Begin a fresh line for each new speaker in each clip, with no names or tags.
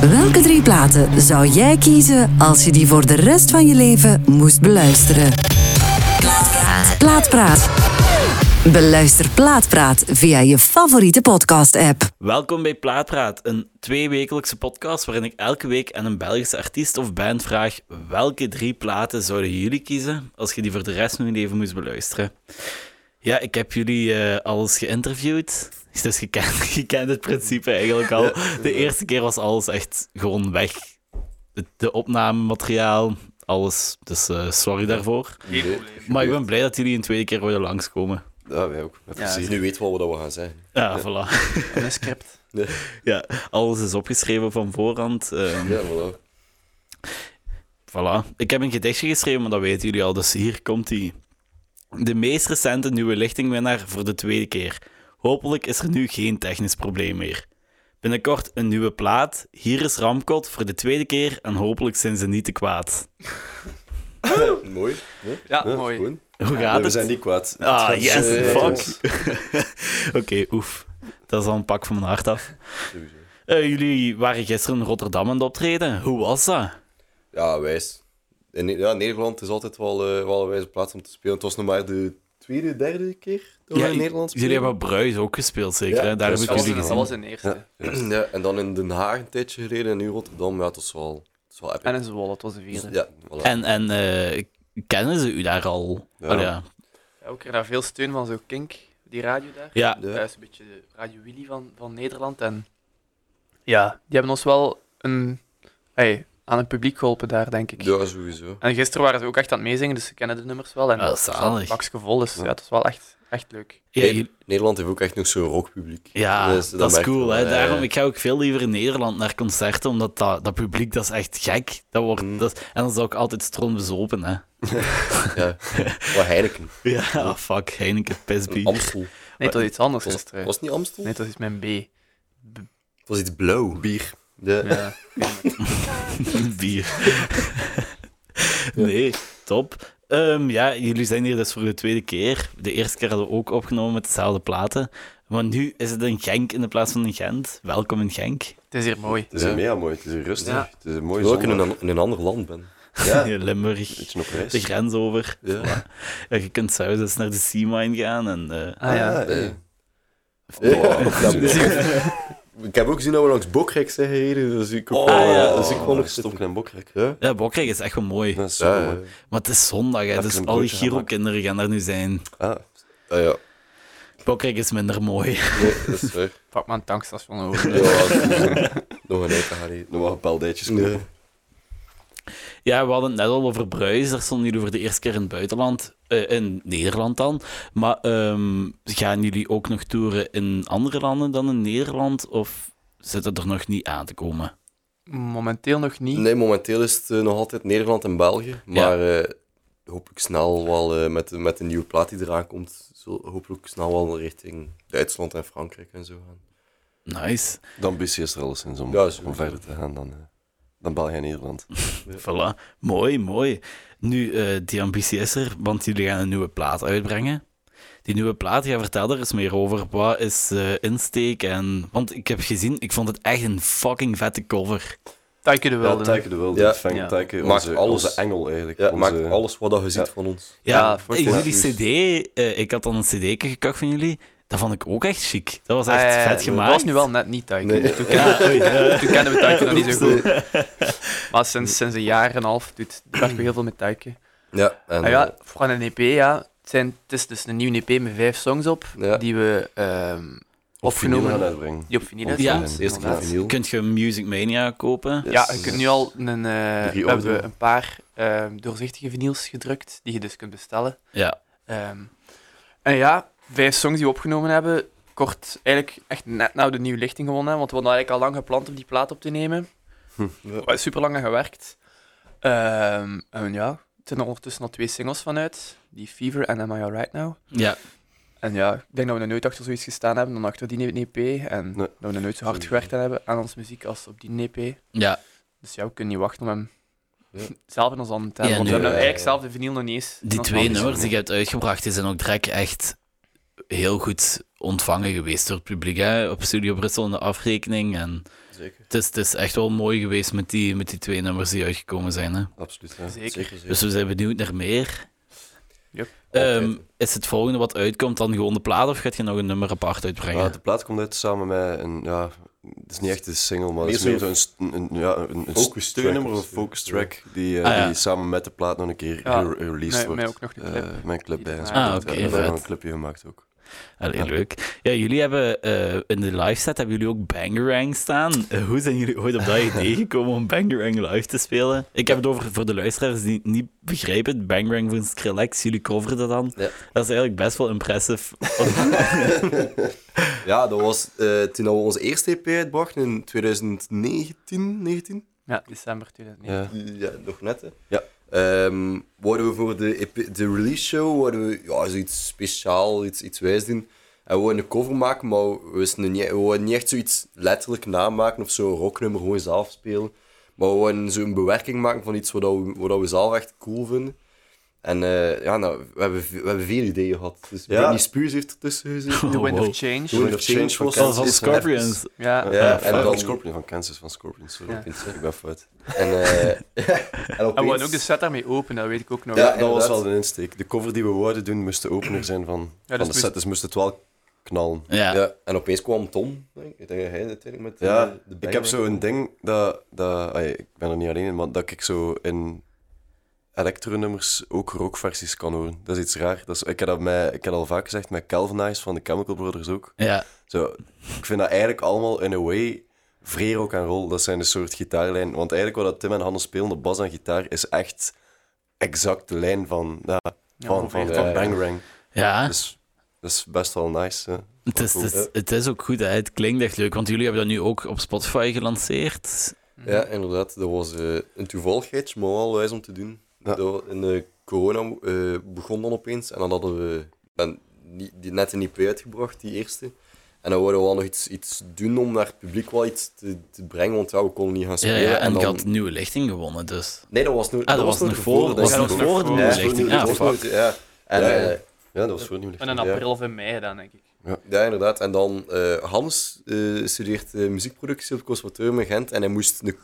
Welke drie platen zou jij kiezen als je die voor de rest van je leven moest beluisteren? Plaatpraat. Beluister Plaatpraat via je favoriete podcast-app.
Welkom bij Plaatpraat, een tweewekelijkse podcast waarin ik elke week aan een Belgische artiest of band vraag welke drie platen zouden jullie kiezen als je die voor de rest van je leven moest beluisteren. Ja, ik heb jullie eh, alles geïnterviewd. Dus je kent, je kent het principe eigenlijk al. De eerste keer was alles echt gewoon weg. Het- De opnamemateriaal, alles. Dus eh, sorry daarvoor. Maar ik ben blij dat jullie een tweede keer willen langskomen.
Ja, wij ook. Met plezier.
zeker.
Nu weten we al wat we gaan zeggen.
Ja, voilà.
En een script.
Ja, alles is opgeschreven van voorhand. eh,
Ja, voilà.
Voilà. Ik heb een gedichtje geschreven, maar dat weten jullie al. Dus hier komt ie. De meest recente nieuwe lichtingwinnaar voor de tweede keer. Hopelijk is er nu geen technisch probleem meer. Binnenkort een nieuwe plaat. Hier is Ramkot voor de tweede keer en hopelijk zijn ze niet te kwaad.
Mooi. hè?
Ja,
Hè,
mooi.
gewoon.
Hoe
Nee,
gaat
we
het?
zijn niet kwaad.
Ah,
Het
yes,
was, eh,
fuck. Oké, oef. Dat is al een pak van mijn hart af.
sowieso.
Eh, jullie waren gisteren in Rotterdam aan het optreden. Hoe was dat?
Ja, wijs. In, Ne- ja, Nederland is altijd wel, eh, wel een wijze plaats om te spelen. Het was nog maar de tweede, derde keer dat we in Nederland spelen.
jullie hebben Bruis ook gespeeld, zeker?
Ja,
hè? Daar
dat
hebben
was-
jullie
dat
gewonnen.
was een eerste.
Ja, en dan in Den Haag een tijdje gereden en nu Rotterdam. Ja, het was wel, het was wel epic. Dus,
En een Zwolle, dat was de vierde.
Ja, voilà.
En, en eh, kennen ze u daar al?
Ja.
Oh, ja.
Ja, ook kreeg daar veel steun van zo'n Kink, die radio daar.
Ja.
Ja.
Dat is een beetje de Radio Willy van, van Nederland. En ja, die hebben ons wel een, hey, aan het publiek geholpen daar, denk ik.
Ja, sowieso.
En gisteren waren ze ook echt aan het meezingen, dus ze kennen de nummers wel. En
Ah,
het
zalig.
zat pakske vol, dus ja, het is wel echt, echt leuk.
Ja,
Nee,
je-
Nederland heeft ook echt nog zo'n rockpubliek.
ja,
Dus
dat, is
merkt
cool.
je wel,
Hè?
ja,
Daarom,
ja.
ik ga ook veel liever in Nederland naar concerten, omdat dat, dat publiek, dat is echt gek. Dat wordt,
Mm.
dat, en dan is dat ook altijd stroombezopen, hè.
Ja. Wat Heineken.
Ja, fuck, Heineken, pisbier.
Amstel.
Nee, het was iets anders
Was,
gisteren.
was het niet Amstel?
Nee, het was iets met een B.
Het was iets blauw. Bier. De...
Ja.
bier. nee, top. Ehm, ja, jullie zijn hier dus voor de tweede keer. De eerste keer hadden we ook opgenomen met dezelfde platen. Maar nu is het een Genk in de plaats van een Gent. Welkom in Genk.
Het is hier mooi.
Het is
Ja.
een mega mooi, het is een rustig,
Ja.
het is een mooi
Terwijl ik in
zondag.
een, an- in een ander land ben.
Ja, een
In Limburg.
beetje op reis.
de grens over.
Ja.
Ja, je kunt zelfs eens naar de Sea Mine gaan. En, eh,
Ah ja.
Ah, eh.
Ja.
Wow.
Ja. Ik heb ook gezien dat we langs Bokrijk zijn gereden, dus ik ook
Ah, ja.
dus ik kon er
Oh, stom
zitten.
en bokrek.
Ja?
ja, Bokrijk is echt wel mooi.
Dat is zo
Ja,
mooi.
ja.
Maar het is zondag, hè,
Even
dus
een
al die
broodje gaan
Giro-kinderen gaan daar nu zijn.
Ah,
Ah, ja.
Bokrijk is minder mooi.
Nee, dat is waar.
Pak maar een tankstation over.
Ja, dat is goed. Nog een eten gaan eten.
nog wel een paar dijtjes
Nee.
kopen.
Ja, we hadden het net al over Bruis. Daar stonden jullie voor de eerste keer in het buitenland. eh, in Nederland dan. Maar ehm, gaan jullie ook nog toeren in andere landen dan in Nederland? Of zit het er nog niet aan te komen?
Momenteel nog niet.
Nee, momenteel is het eh, nog altijd Nederland en België, maar eh, hopelijk snel wel eh, met, de- met de nieuwe plaat die eraan komt, zo, hopelijk snel wel richting Duitsland en Frankrijk en zo gaan.
Nice.
De ambitie is er alles in om,
Ja, sowieso.
om verder te gaan dan, eh, dan België en Nederland.
Voilà. Mooi, mooi. Nu, eh, die ambitie is er, want jullie gaan een nieuwe plaat uitbrengen. Die nieuwe plaat, ja, vertel er eens meer over. Wat is eh, insteek? En, want ik heb gezien, ik vond het echt een fucking vette cover.
Dank jullie wel.
Ja, Tijke de Wilde,
Ja.
Feng
Ja.
Tijke,
Maakt
onze,
alles-
onze engel eigenlijk.
Ja,
onze,
maakt alles wat dat je ziet van ons.
Ja,
Ja, voor
en
het
jullie
laatst.
cd, eh, ik had dan een cd gekocht van jullie. Dat vond ik ook echt chic. Dat was
Ah,
echt
ja, ja,
vet gemaakt.
Dat was nu wel net niet Taiki.
Nee.
Toen, kenden we- toen kenden we Taiki nog niet zo goed. Maar sinds, sinds een jaar en een half doet, werken we heel veel met Taiki.
Ja, en,
Ah ja,
eh,
voor een EP, ja. Het, zijn, het is dus een nieuwe EP met vijf songs op,
eh, Ja.
die we ehm
Of vinyl gaan
opgenomen
uitbrengen.
Die op vinyl
Op
vinyl,
uitkomt,
de eerste keer
inderdaad.
vinyl.
Kunt je Music Mania kopen?
Ja, je kunt nu al een, eh, we hebben
opdoen.
een paar ehm, doorzichtige vinyls gedrukt, die je dus kunt bestellen.
Ja.
Ehm, en ja, vijf songs die we opgenomen hebben. Kort, eigenlijk echt net nou de nieuwe lichting gewonnen. Want we hadden eigenlijk al lang gepland om die plaat op te nemen.
Hm.
We hebben super lang aan gewerkt. Ehm, en ja, er zijn er ondertussen al twee singles vanuit. Die Fever en Am I Alright Now.
Ja.
En ja, ik denk dat we nog nooit achter zoiets gestaan hebben dan achter die EP. En
Nee,
dat we nog nooit zo hard
sowieso.
gewerkt aan hebben aan onze muziek als op die EP.
Ja.
Dus ja, we kunnen niet wachten om hem
Ja.
zelf in ons handen te hebben.
Ja,
want
nu,
we hebben hem
eh,
eigenlijk zelf de vinyl nog niet eens. in
Die
ons
twee
handen.
nummers die je hebt uitgebracht, die zijn ook direct echt heel goed ontvangen geweest door het publiek hè, op Studio Brussel in de afrekening. En
Zeker.
het is, het is echt wel mooi geweest met die, met die twee nummers die uitgekomen zijn. Hè.
Absoluut. Ja.
Zeker.
Zeker, zeker.
Dus we zijn benieuwd naar meer.
Yep.
Ehm,
Altijd.
is het volgende wat uitkomt dan gewoon de plaat of gaat je nog een nummer apart uitbrengen?
Ja, de plaat komt uit samen met een, ja, het is niet echt een single, maar het is
Meer
meer zo'n st- een, een, ja, een, een
focus
steunummer,
track
een
of zo.
focus track, die, eh,
Ah, ja.
die samen met de plaat nog een keer
Ja.
gere- released
Mij-
wordt.
mij ook nog een clip.
Eh, mijn clip bij.
Ah,
enzovoort.
oké,
We hebben daar
vet.
nog een clipje gemaakt ook.
Allee,
Ja.
leuk. Ja, jullie hebben eh, in de live set hebben jullie ook Bangarang staan. Eh, hoe zijn jullie ooit op dat idee gekomen om Bangarang live te spelen? Ik heb het over voor de luisteraars die het niet begrijpen. Bangarang van Skrillex, jullie coveren dat dan.
Ja.
Dat is eigenlijk best wel impressive.
Ja, dat was eh, toen we onze eerste EP uitbrachten in 2019, 19?
Ja, december 2009.
Ja.
Ja, nog net, hè?
Ja.
Ehm, wouden we voor de, EP de release show wouden we, ja, zoiets speciaal, iets, iets wijs doen. En we wouden een cover maken, maar we, wisten nog niet, we wouden niet echt zoiets letterlijk namaken of zo, een rocknummer gewoon zelf spelen. Maar we wouden zo'n bewerking maken van iets wat we, wat we zelf echt cool vinden. En eh, ja, nou, we, hebben, ve- we hebben veel ideeën gehad. Dus
Ja.
Britney Spears heeft ertussen gezeten.
The Wind
wow.
of Change.
Toen
Wind of Change
Change
was-
van
Zoals van
Kansas,
Scorpions.
Ja.
Ja,
Ja,
en
en
dan-
van Scorpion, van Kansas, van Scorpion, sorry.
Ja.
Ik ben fout.
En, eh en
En we hadden
opeens...
ook de set daarmee open, dat weet ik ook nog.
Ja,
Ja, dat was
inderdaad.
wel de insteek. De cover die we wouden doen moest de opener zijn van,
dus
van de
moest-
set, dus moest het wel knallen.
Ja.
Ja, en opeens kwam Tom, denk ik. Ik denk dat hij uiteindelijk met eh,
Ja,
de Bang
ik heb
Bang-
zo'n ding dat, dat ai, ik ben er niet alleen in, maar dat ik zo in elektronummers ook rockversies kan horen. Dat is iets raar. Dat is, ik, heb dat met, ik heb al vaak gezegd met Calvinize van de Chemical Brothers ook.
ja.
Zo, ik vind dat eigenlijk allemaal in een way vrij rock en roll. Dat zijn een soort gitaarlijnen. Want eigenlijk wat dat Tim en Hannes spelen op bas en gitaar is echt exact de lijn van, ja, van, van,
ja,
van
ja.
Bang Rang.
Ja.
Dus dat is best wel nice. hè.
Het is, het, is, het is ook goed, hè. het klinkt echt leuk, want jullie hebben dat nu ook op Spotify gelanceerd.
Ja, inderdaad. Dat was eh, een toevalligheid, maar wel wijs om te doen.
Ja.
Dat, in de corona eh, begon dan opeens en dan hadden we ben, die, die, net een IP uitgebracht, die eerste. En dan wilden we wel nog iets, iets doen om naar het publiek wel iets te, te brengen, want ja, we konden niet gaan
Ja,
spelen.
ja, en ik
dan...
had nieuwe lichting gewonnen, dus.
Nee, dat was nog
Ah, dat was
nog
nog voor, dat was
dat is
Ja,
nog
dat
nog
was
voor
nog
de
voor.
nieuwe
Ja,
voor
lichting. Ah,
nieuwe
Ja,
dat
fuck.
lichting.
was nog- ja. En,
Ja, ja,
eh,
Ja, dat was voor nieuw.
En in
Ja.
april of in mei dan, denk ik.
Ja, inderdaad. En dan eh, Hans eh, studeert eh, muziekproductie op het conservatorium in Gent. En hij moest een,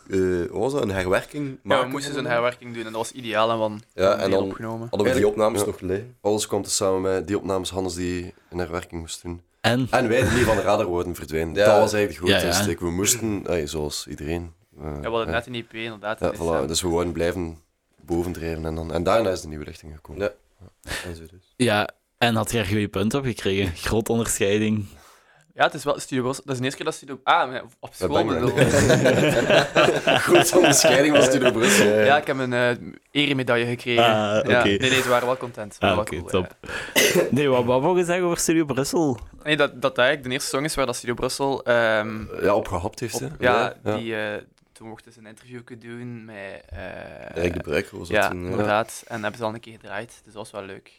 eh, wat was dat, een herwerking
Ja,
maken.
we moesten zo'n herwerking doen en dat was ideaal en van
Ja, en dan-
opgenomen.
Hadden we die
Eigenlijk-
opnames
ja.
nog liggen.
Alles kwam dus samen met die opnames Hannes die een herwerking moest doen.
En
En wij die niet van de radar worden verdwenen.
Ja.
Dat was eigenlijk goed.
Ja, ja.
insteek. We moesten, ai, zoals iedereen. eh,
Ja, we hadden net een IP inderdaad.
ja,
in december.
voilà, dus we wouden blijven bovendrijven. En, dan, en daarna is de nieuwe richting gekomen.
Ja. En zo dus.
Ja, en had je er goede punten op gekregen. Groot onderscheiding.
Ja, het is wel Studio Brussel. Dat is de eerste keer dat Studio... Ah, nee, op school
Bang
bedoel.
Goed onderscheiding was die door Brussel.
Ja, ik heb een eh eremedaille gekregen.
Ah,
ja.
oké.
Nee, nee, ze waren wel content.
Ah,
Wel
oké,
cool,
top.
ja.
Nee, wat wou je zeggen over Studio Brussel?
Nee, dat, dat eigenlijk de eerste song is waar dat Studio Brussel... ehm,
Ja, opgehapt heeft,
op-
hè?
ja, die... eh, toen mochten ze een interview doen met... eh,
Erik de Bruiker was dat
ja,
toen, eh. ja.
inderdaad. En hebben ze al een keer gedraaid. Dus dat was wel leuk.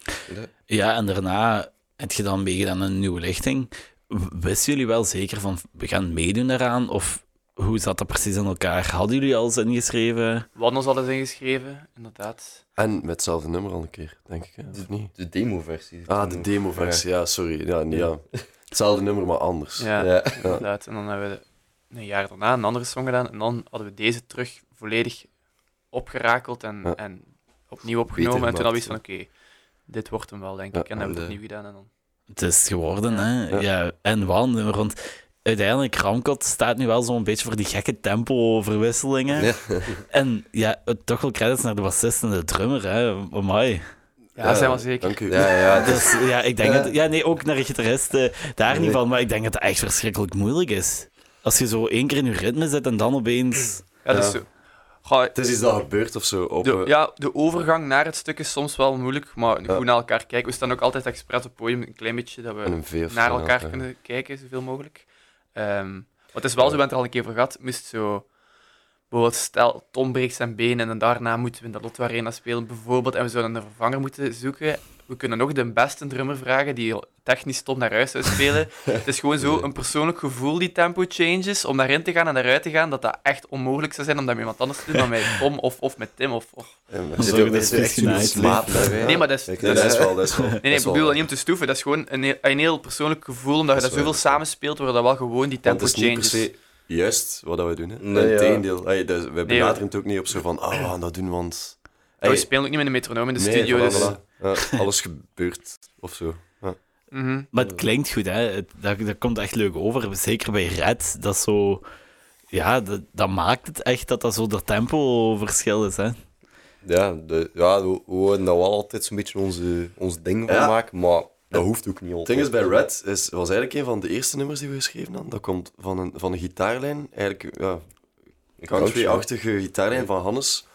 Ja, en daarna heb je dan meegedaan aan een nieuwe lichting. W- Wisten jullie wel zeker van, we gaan meedoen daaraan? Of hoe zat dat precies in elkaar? Hadden jullie al eens ingeschreven?
We hadden ons al eens ingeschreven, inderdaad.
En met hetzelfde nummer al een keer, denk ik. Hè? Of niet?
De demo-versie.
Ah, de demo-versie. Ja, sorry. Ja, nee, ja. Hetzelfde nummer, maar anders.
Ja,
Ja.
inderdaad. En dan hebben we een jaar daarna een andere song gedaan. En dan hadden we deze terug volledig opgerakeld en,
Ja.
en opnieuw opgenomen. en toen
gemaakt,
hadden we iets van,
ja.
oké, dit wordt hem wel, denk
Ja, eh,
ik. En dan hebben we het
en de-
opnieuw gedaan. En dan...
Het is geworden, hè? Ja,
Ja.
en wel een nummer, want uiteindelijk, Ramkot staat nu wel zo'n beetje voor die gekke tempo-verwisselingen.
Ja.
En ja, toch wel credits naar de bassist en de drummer, hè? Amai.
Ja, dat zijn we zeker.
Dank u.
Ja, ja, dat
Dus ja, ik denk dat... Ja, nee, ook naar gitaristen, daar niet
Nee.
van. Maar ik denk dat het echt verschrikkelijk moeilijk is. Als je zo één keer in je ritme zit en dan opeens...
Ja, dus
Ja.
zo- Goh,
Het is iets dat gebeurt of zo. Op,
de,
eh,
ja, de overgang naar het stuk is soms wel moeilijk, maar
Ja.
goed naar elkaar kijken. We staan ook altijd expres op het podium, een klein beetje, dat
in
we
een V of eh,
naar
zo,
elkaar
ja.
kunnen kijken, zoveel mogelijk. Ehm maar het is wel zo, we hebben het er al een keer voor gehad, moest zo... Bijvoorbeeld, stel, Tom breekt zijn been en dan daarna moeten we in de Lotto Arena spelen, bijvoorbeeld, en we zouden een vervanger moeten zoeken. we kunnen nog de beste drummer vragen die technisch top naar huis zou spelen. het is gewoon zo een persoonlijk gevoel, die tempo changes, om daarin te gaan en daaruit te gaan, dat dat echt onmogelijk zou zijn om dat met iemand anders te doen dan met Tom of, of met Tim. Of, of-
Ja,
Dat is
Zit
ook-
ook
dat
echt
is echt
in de
nice.
slaap, hè, wij.
Nee, maar dat is...
Nee, dat is wel, dat is wel.
Nee, nee, ik bedoel dat niet om te stoeven. Dat is gewoon een heel, een heel persoonlijk gevoel, omdat je dat
Dat is
zoveel
waar.
samenspeelt, waar dat wel gewoon die
Want
tempo
het is niet per
changes...
se juist wat dat we doen. Hè.
Nee, ja.
Integendeel. Ay, dus we benaderen
hoor.
het ook niet op zo van, ah, we gaan dat doen, want...
Ja, we
Ay,
spelen ook niet met een metronoom in de
nee,
studio,
voilà,
dus...
voilà. Ja, alles gebeurt, of zo. Ja.
Mhm.
Maar het klinkt goed, hè. Het- Dat, dat komt echt leuk over. Zeker bij Red, dat is zo... Ja, dat, dat maakt het echt dat dat zo dat tempo-verschil is, hè.
Ja, de, ja, we we worden daar wel altijd zo'n beetje onze, ons ding van
Ja.
maken, maar dat hoeft ook niet
Het
altijd.
ding is, bij Red is, was eigenlijk een van de eerste nummers die we geschreven hadden. Dat komt van een, van een gitaarlijn, eigenlijk ja, country-achtige gitaarlijn van Hannes.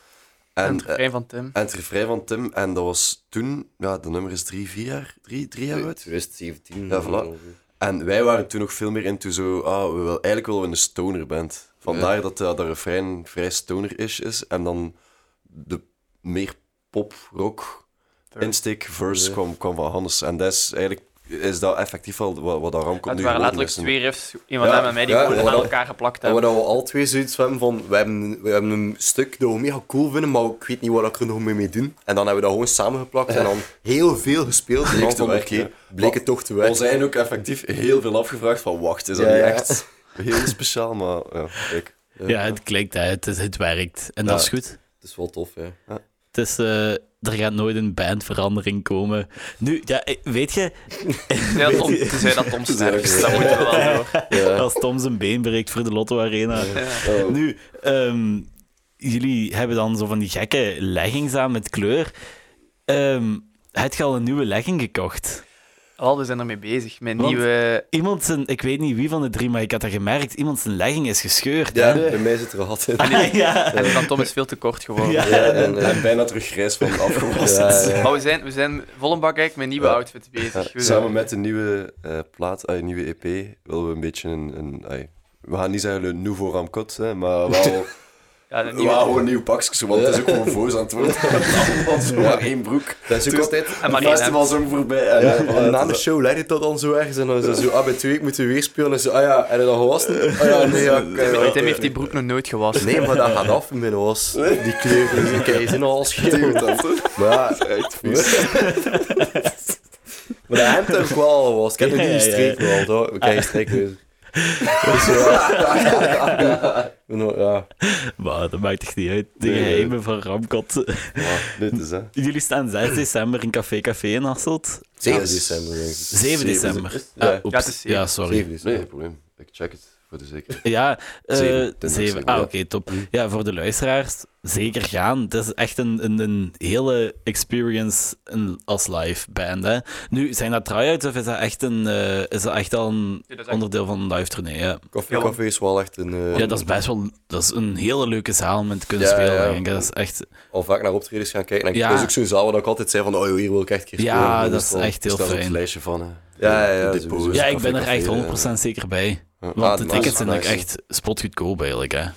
En
En,
het
eh,
refrein van Tim.
en het refrein van Tim. En dat was toen, ja, dat nummer is drie, vier jaar, drie, drie jaar oud.
2017.
Ja, voilà. En wij waren toen nog veel meer into zo, ah, we wil, eigenlijk willen we een stoner band. Vandaar dat eh, dat refrein vrij stoner-ish is. En dan de meer pop-rock insteek verse kwam, kwam van Hannes. En dat is eigenlijk is dat effectief wel wat, wat dat ramp
Het
nu
waren
geworden
letterlijk
is.
twee riffs, een van
Ja,
hem en mij, die
ja,
gewoon
ja,
aan
dat-
elkaar geplakt
En we
hebben.
dat we al twee zoiets hebben van, we hebben, we hebben een stuk dat we mega cool vinden, maar ik weet niet wat ik er nog mee mee doen. En dan hebben we dat gewoon samengeplakt en dan heel veel gespeeld. En
Bleek
dan
te
van,
werken,
oké,
ja.
bleek het toch te
We
werken.
zijn ook effectief heel veel afgevraagd van, wacht, is dat
Ja,
niet
ja.
echt heel speciaal? Maar ja, ik...
Ja, het klinkt, hè. Het, is- het werkt. En dat is goed.
Dat is wel tof, hè.
Het is... eh, er gaat nooit een bandverandering komen. Nu, ja, eh, weet je,
Ja, Tom, tenzij dat Tom sterft, Dus dat moeten we wel door.
als Tom zijn been breekt voor de Lotto Arena.
Eh. Oh.
Nu, ehm, jullie hebben dan zo van die gekke leggings aan met kleur. Ehm heb je al een nieuwe legging gekocht?
Al, we zijn ermee bezig. Mijn
Want-
nieuwe...
Iemand zijn, ik weet niet wie van de drie, maar ik had dat gemerkt, iemand zijn legging is gescheurd.
Ja,
hè?
bij mij zit er een gat in.
Ah, ja.
En die van Tom is veel te kort geworden.
Ja.
Ja, en, eh,
En bijna terug grijs van afgewassen.
ja, ja.
Maar we zijn, we zijn volle bak eigenlijk met nieuwe
Ja.
outfit bezig. We
Samen
zijn-
met de nieuwe eh, plaat, eh, nieuwe EP, willen we een beetje een... een ai, we gaan niet zeggen een nouveau ramkot, hè, maar wel,
Ja, de
wel
nieuwe...
gewoon nieuw pakjes, want het is ook gewoon voos aan het worden. Allemaal zo maar één broek.
Dat is ook
Dus-
altijd...
En
Het
maar niet
festival is ook voorbij. En,
Ja,
eh, voilà,
en na
het
de
is-
show leidt het dat dan zo ergens en dan is dat zo, ah, bij twee weken moeten we weer spelen. En zo, ah ja, en dan gewassen. Ah ja, nee, ja, ik, eh,
Tim,
ja.
Tim heeft die broek nog nooit gewassen.
Nee, maar dat gaat af in mijn was. Die kleuren, die krijgen zin al schreeuwt. Maar ja, echt vies. Maar dat hemd heb ik wel al gewassen. Ik heb
Ja,
nog niet
ja, ja.
gestreken wel, toch? Ik heb gestreken. Dus ja. Nou, ja.
Maar dat maakt echt niet uit. De
Nee, nee.
geheimen van Ramkot.
Voilà, Dit is, hè.
Jullie staan 6 december in Café Café in Hasselt.
7 december, denk ik.
7 december.
Ja.
Ah, oeps.
Ja, het is zeven.
ja, sorry.
7 december.
Nee, probleem. Ik check het, voor de zekerheid.
Ja, eh
Zeven,
7.
december,
Ah,
ja. Hm.
oké, top. Ja, voor de luisteraars, zeker gaan. Het is echt een, een, een hele experience in- als live band. Hè. Nu, zijn dat try-outs of is dat echt, een, eh, is dat echt al een
Ja, dat is echt-
onderdeel van een live tournee? Ja.
Koffie Café is wel echt een... eh,
ja, dat is best wel dat is een hele leuke zaal om in te kunnen
Ja,
spelen.
ja.
Denk ik. Dat is echt,
al vaak naar optredens gaan kijken. En
Ja.
Dat is ook zo'n zaal waar ik altijd zei van, oh, hier wil ik echt een keer spelen. Dus, eh,
ja,
En
dat is
wel-
echt heel
staat op het
fijn.
lijstje van, hè.
Ja, ja, ja,
De
sowieso.
depots,
Ja, ik
café,
ben er echt
café, eh?
100% zeker bij. Want
Ah,
de
dat is
tickets zijn ook
nice.
echt spotgoedkoop eigenlijk. Hè.
Ja,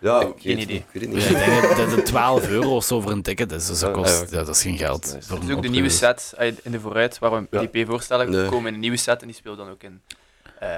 Ik weet het
idee.
niet, Ik weet het
Ja,
niet.
ik denk dat het 12 euro of zo voor een ticket is. Dus dat,
Ja,
kost,
eigenlijk.
ja, dat is geen geld.
Dat is
voor
Dat
een
is ook de
optreden.
nieuwe set eh, in de vooruit, waar we
Ja.
een DP voorstellen.
Nee.
komen in een nieuwe set en die speelt dan ook in eh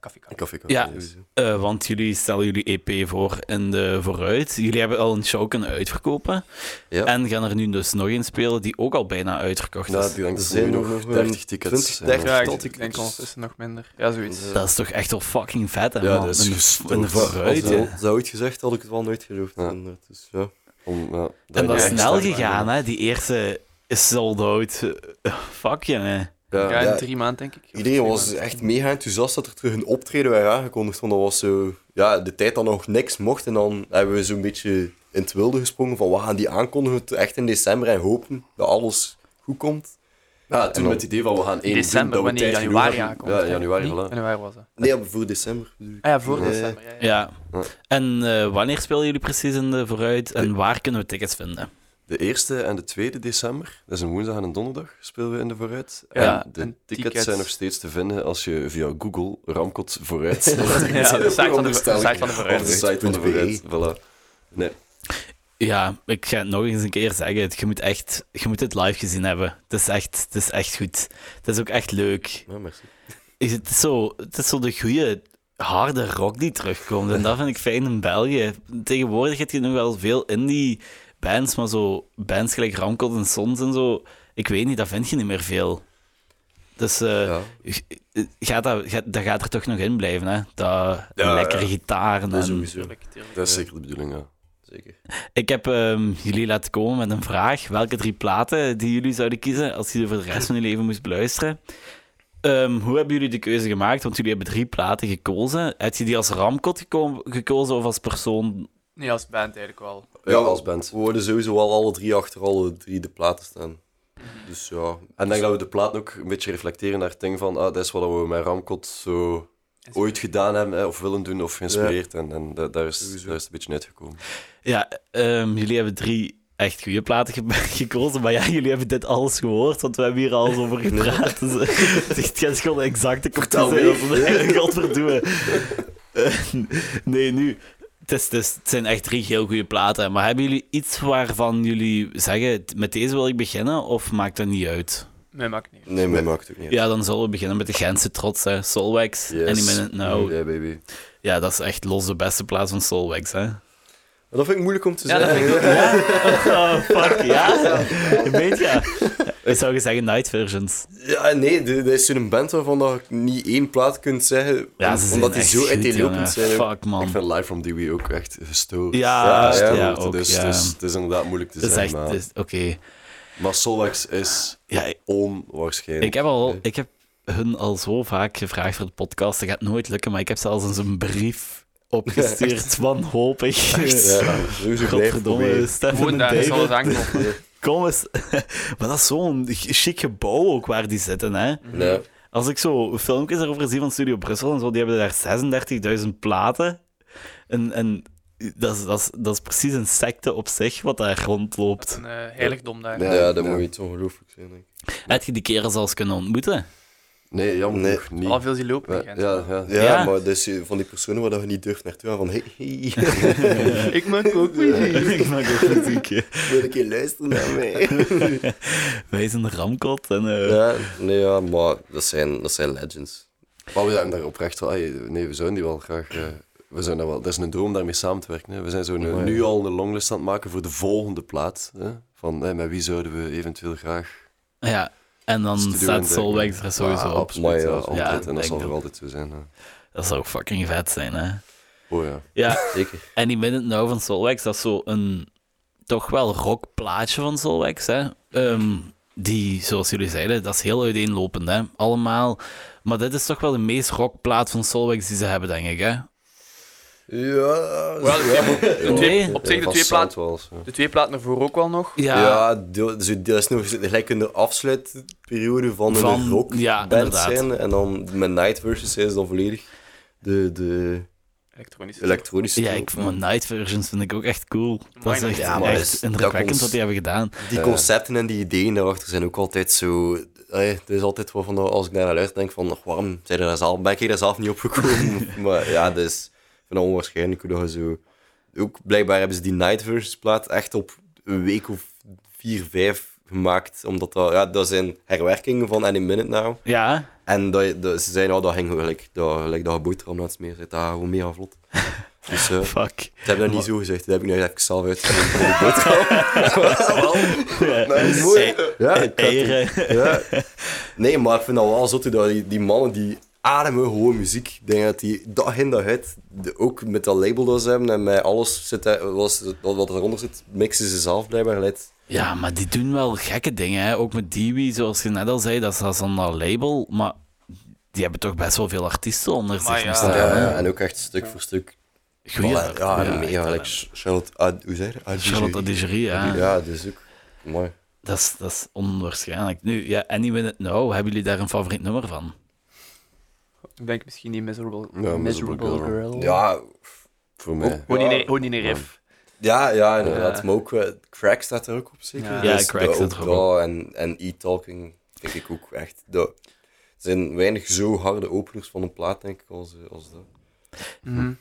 Café Café.
Café, café.
Ja.
sowieso.
Eh, want jullie stellen jullie EP voor in de vooruit. Jullie hebben al een show kunnen uitverkopen.
Ja.
En gaan er nu dus nog een spelen die ook al bijna uitverkocht
Nou,
is.
die hangt
Er
zijn
zijn
nog
nog
30 tickets.
20, 30
Ja,
Ja,
Tot
ik
ik-
denk ondertussen nog minder. Ja, zoiets.
Dat is toch echt wel fucking vet, hè,
Ja,
man?
dat is
In de-
gestoord.
in de vooruit,
Als
hè.
ze dat ooit gezegd had ik het wel nooit geloofd.
Ja.
inderdaad. Dus, ja.
om, ja,
En dat is
ja,
snel
echt sterk.
gegaan, hè? Die eerste is sold out. Eh, Fuck je, hè?
Ja,
Ja, in
ja.
drie maanden, denk ik.
Iedereen was echt mega enthousiast dat er terug een optreden werd aangekondigd. Want dat was zo, ja, de tijd dat nog niks mocht. En dan hebben we zo'n beetje in het wilde gesprongen van we gaan die aankondigen t- echt in december en hopen dat alles goed komt.
Ja, toen
dan-
met het idee van we gaan één
december,
doen, dat we
wanneer
tijd
januari
genoeg hebben.
aankomt.
Ja, januari, voilà.
En waar was dat?
Nee, maar voor december. bedoel ik.
Ah ja, voor
Nee.
december. Ja, ja.
Ja.
Ja.
En eh, wanneer spelen jullie precies in de vooruit? En waar kunnen we tickets vinden?
De 1e en de 2e december, dat is een woensdag en een donderdag, spelen we in de vooruit.
Ja,
en de
en
tickets,
tickets.
zijn nog steeds te vinden als je via Google Ramkot vooruit. zet.
Ja, de site van de, de
Veronderstel ik.
site van de
Op de
vooruit.
site van de vooruit. Voilà. Nee,
Ja, ik ga het nog eens een keer zeggen. het- Je moet, echt, je moet het live gezien hebben. Het is echt, het is echt goed. Het is ook echt leuk.
Ja, merci.
Is het, zo, het is zo de goede, harde rock die terugkomt. En dat vind ik fijn in België. Tegenwoordig heb je nog wel veel indie bands, maar zo bands gelijk Ramkot en Sons en zo. Ik weet niet, dat vind je niet meer veel. Dus eh,
Ja.
g- eh, gaat dat, gaat, dat gaat er toch nog in blijven, hè? Dat
Ja,
lekkere
ja.
gitaren.
Dat
en-
sowieso.
Dat is zeker de bedoeling, ja.
Zeker.
Ik heb ehm, jullie laten komen met een vraag. Welke drie platen die jullie zouden kiezen als jullie voor de rest van je leven moest beluisteren? Ehm, hoe hebben jullie de keuze gemaakt? Want jullie hebben drie platen gekozen. Heb je die als ramkot geko- gekozen of als persoon?
Nee, als band eigenlijk wel.
Ja, als band.
We worden sowieso wel alle drie achter alle drie de platen staan. Dus ja.
En ik denk dat we de plaat ook een beetje reflecteren naar het ding van, ah, dat is wat we met Ramkot zo ooit gedaan hebben, hè, of willen doen, of geïnspireerd. En, en da- daar, is, daar is
Sowieso.
het een beetje uitgekomen.
Ja, ehm, jullie hebben drie echt goede platen ge- gekozen. Maar ja, jullie hebben dit alles gehoord, want we hebben hier alles over gepraat. Dus, eh, het is gewoon exact de
Vertel
conclusie. Dat is- Godverdomme. Eh, nee, nu. Het, is, het, is- het zijn echt drie heel goede platen. Maar hebben jullie iets waarvan jullie zeggen: "T- met deze wil ik beginnen? Of maakt dat niet uit?
Nee, maakt niet. uit.
Nee, maar maakt ook niet uit.
Ja, dan zullen we beginnen met de Gentse trots, hè? Solwax.
Yes. Mm,
Any minute now.
Yeah, baby.
Ja, dat is echt los de beste plaats van Solwax, hè?
Maar dat vind ik moeilijk om te
Ja, dat
zeggen.
vind ik ook.
Oh, fuck, ja. Ik weet ja. Ik zou zeggen Night Versions.
Ja, nee, dat dat is zo'n band waarvan dat je niet één plaat kunt zeggen.
Ja,
om-
ze
omdat die
zijn
zo
echt goed,
uiteenlopend
jongen.
zijn. ook.
Fuck, man.
Ik vind Live from Dewey ook echt historisch.
Ja,
historisch.
ja, ook,
dus,
ja.
dus het is inderdaad moeilijk te
Dat is
zeggen.
echt...
maar,
dat is- Oké.
maar Solwax is
Ja, ik-
onwaarschijnlijk.
ik heb al... Ik heb hun al zo vaak gevraagd voor de podcast. Dat gaat nooit lukken, maar ik heb zelfs eens een brief opgestuurd. Wanhopig.
Ja, sowieso blijven
Godverdomme,
proberen.
Stefan
Gewoon
en
daar is alles
David.
aanknopen.
Kom eens. maar dat is zo'n chic gebouw ook waar die zitten, hè.
Ja.
Als ik zo filmpjes erover zie van Studio Brussel en zo, die hebben daar 36.000 platen. En, en dat, is, dat, is, dat is precies een secte op zich wat daar
Dat is
rondloopt.
een eh, heiligdom daar.
Ja,
Ja, dat
ja.
moet iets ongelooflijk zijn, denk ik.
Heb je die kerels zelfs kunnen ontmoeten?
Nee, jammer
Nee.
genoeg niet.
Al veel die lopen in
ja,
Gent.
ja, ja.
Ja,
Ja.
maar dat is eh, van die personen waar dat we niet durft naartoe gaan. Van, hey, hey,
Ik maak ook mee.
ik maak ook muziek. hè.
wil ik je luisteren naar mij?
Wij zijn de ramkot en... eh,
ja, nee, ja, maar dat zijn, dat zijn legends.
Maar we zijn daar oprecht wel... ai, nee, we zouden die wel graag... eh, we zijn daar wel, dat is een droom daarmee samen te werken. Hè. We zijn zo nu- nu al een longlist aan het maken voor de volgende plaat. Hè. Van eh, met wie zouden we eventueel graag...
ja. en dan
Studio
staat
ontdekken.
Soulwax er sowieso
Ah,
op.
absoluut,
Maar ja,
ja,
ja,
altijd. en
denk
dat zal
ik
voor
ook.
altijd zo zijn. hè.
Dat zou fucking vet zijn, hè.
Oh ja.
Ja,
Zeker.
en die Minute Now nou van Soulwax, dat is zo een... Toch wel rockplaatje van Soulwax, hè. Ehm, die, zoals jullie zeiden, dat is heel uiteenlopend, hè. Allemaal. Maar dit is toch wel de meest rockplaat van Soulwax die ze hebben, denk ik, hè.
Ja,
Wel,
ja.
Nee.
Op zich de
Van
twee plaat-
Soundwells, ja.
De twee platen ervoor ook wel nog.
Ja,
Ja, dat zo- dat is nog gelijk in de afsluitperiode van,
Van-
een rockband
ja, inderdaad.
zijn. En dan met Night Versus zijn ze dan volledig de, de
Elektronisch.
elektronische.
ja ik, maar Night Versions vind ik ook echt cool. Dat is echt,
Ja, maar dat is-
echt
dat
indrukwekkend
ons-
wat die hebben gedaan.
Die concepten en die ideeën daarachter zijn ook altijd zo... Ey, Het is altijd waarvan dat als ik daar naar luister, denk van... "Och, Waarom zijn er daar zelf, ben ik hier daar zelf niet opgekomen? maar ja, dat is ik vind dat onwaarschijnlijk hoe dat je zo... Ook blijkbaar hebben ze die Night Versus plaat echt op een week of vier, vijf gemaakt. Omdat dat... Ja, dat zijn herwerkingen van Any Minute Now.
Ja,
En dat, dat, ze zeiden, oh, dat ging gelijk. Dat, gelijk dat je boterham laat smeren, zit dat gewoon mega vlot. Dus eh,
fuck.
ze hebben dat niet zo gezegd. Dat heb ik nu even zelf uitgevonden voor de boterham.
Dat is mooi.
Ja, ik had-
Eieren.
ja. Nee, maar ik vind dat wel zot dat die, die mannen die ademen gewoon muziek. Ik denk dat die dag in dag uit, de- ook met dat label dat ze hebben en met alles zit, daar- was, wat, wat eronder zit, mixen ze zelf blijkbaar. Leidt.
Ja, maar die doen wel gekke dingen. Hè? Ook met Dewey, zoals je net al zei, dat is dat is dan dat label. Maar die hebben toch best wel veel artiesten onder
Maar
zich
ja.
nog staan.
Ja, Ah, ja,
hè?
en ook echt stuk voor stuk.
Goeie
ja,
art-
ja,
ja,
mega.
echt
like Charlotte, Ad- hoe zeg je? Ad-
Charlotte Digerie, ja.
Ja, dat is ook mooi.
Dat, is, dat is onwaarschijnlijk. Nu, ja, Any Minute Now, hebben jullie daar een favoriet nummer van?
Ik denk misschien die Miserable,
Ja, Miserable
miserable
Girl.
Girl.
Ja,
Voor mij.
Gewoon die- Gewoon die riff.
Ja, ja, inderdaad.
Ja.
Maar ook eh, Crack staat er ook op, zeker?
Ja.
Ja,
Dus
Crack
dat
staat
ook
er ook
dat En, en E-Talking vind ik ook echt... Dat zijn weinig zo harde openers van een plaat, denk ik, als, eh, als dat.
Mhm.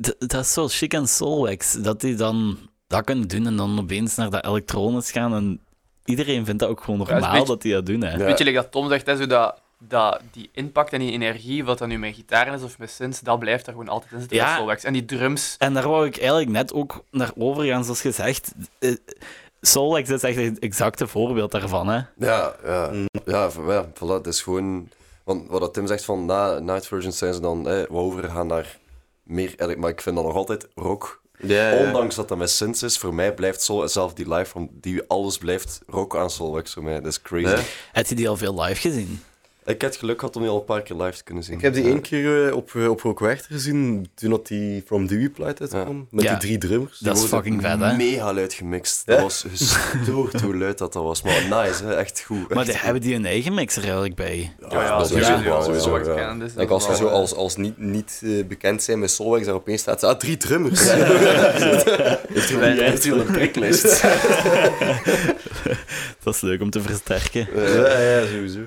D- dat is zo chic en Soulwax, dat die dan dat kunnen doen en dan opeens naar dat elektronisch gaan. En iedereen vindt dat ook gewoon
is een
normaal
beetje-
dat die dat doen. Hè.
Ja.
Weet je, like dat Tom zegt, hè, zo dat, dat die impact en die energie, wat dat nu met gitaar is of met synths, dat blijft daar gewoon altijd in zitten.
Ja.
dat is wel wax. En die drums,
En daar wou ik eigenlijk net ook naar overgaan, zoals gezegd. Eh, Solwax is echt het exacte voorbeeld daarvan. Hè.
Ja, ja.
Mm.
Ja, v- ja, voilà, het is gewoon... Want wat dat Tim zegt van na Night Versions zijn ze dan eh, wat overgegaan naar meer... eigenlijk- Maar ik vind dat nog altijd rock.
Ja, ja.
Ondanks dat dat met synths is, voor mij blijft Soul zelf die live van die alles blijft rock aan Soulwax voor mij. Dat is crazy.
Ja.
Heb je die al veel live gezien?
Ik heb het geluk gehad om die al een paar keer live te kunnen zien.
Ik heb die
Ja.
één keer eh, op, eh, op Rock Werchter gezien, toen dat die From Dewey Plight uitkwam. Met
Ja.
die drie drummers.
Dat is
Die worden-
fucking vet, hè?
Mega luid gemixt. Dat was gestoord hoe luid dat, dat was. Maar nice, hè? echt goed.
Maar
echt
die, hebben die een eigen mixer eigenlijk bij?
Ja,
Oh ja,
dat is
sowieso,
wel,
sowieso
ja.
wax kennen, dus dat
Like
is
als je
wel,
zo
eh,
als, als niet, niet eh, bekend zijn met Solwax daar opeens staat, ah, drie drummers.
Heeft hij wel- heeft hij wel een priklijst?
Dat is leuk om te versterken.
ja, ja, sowieso.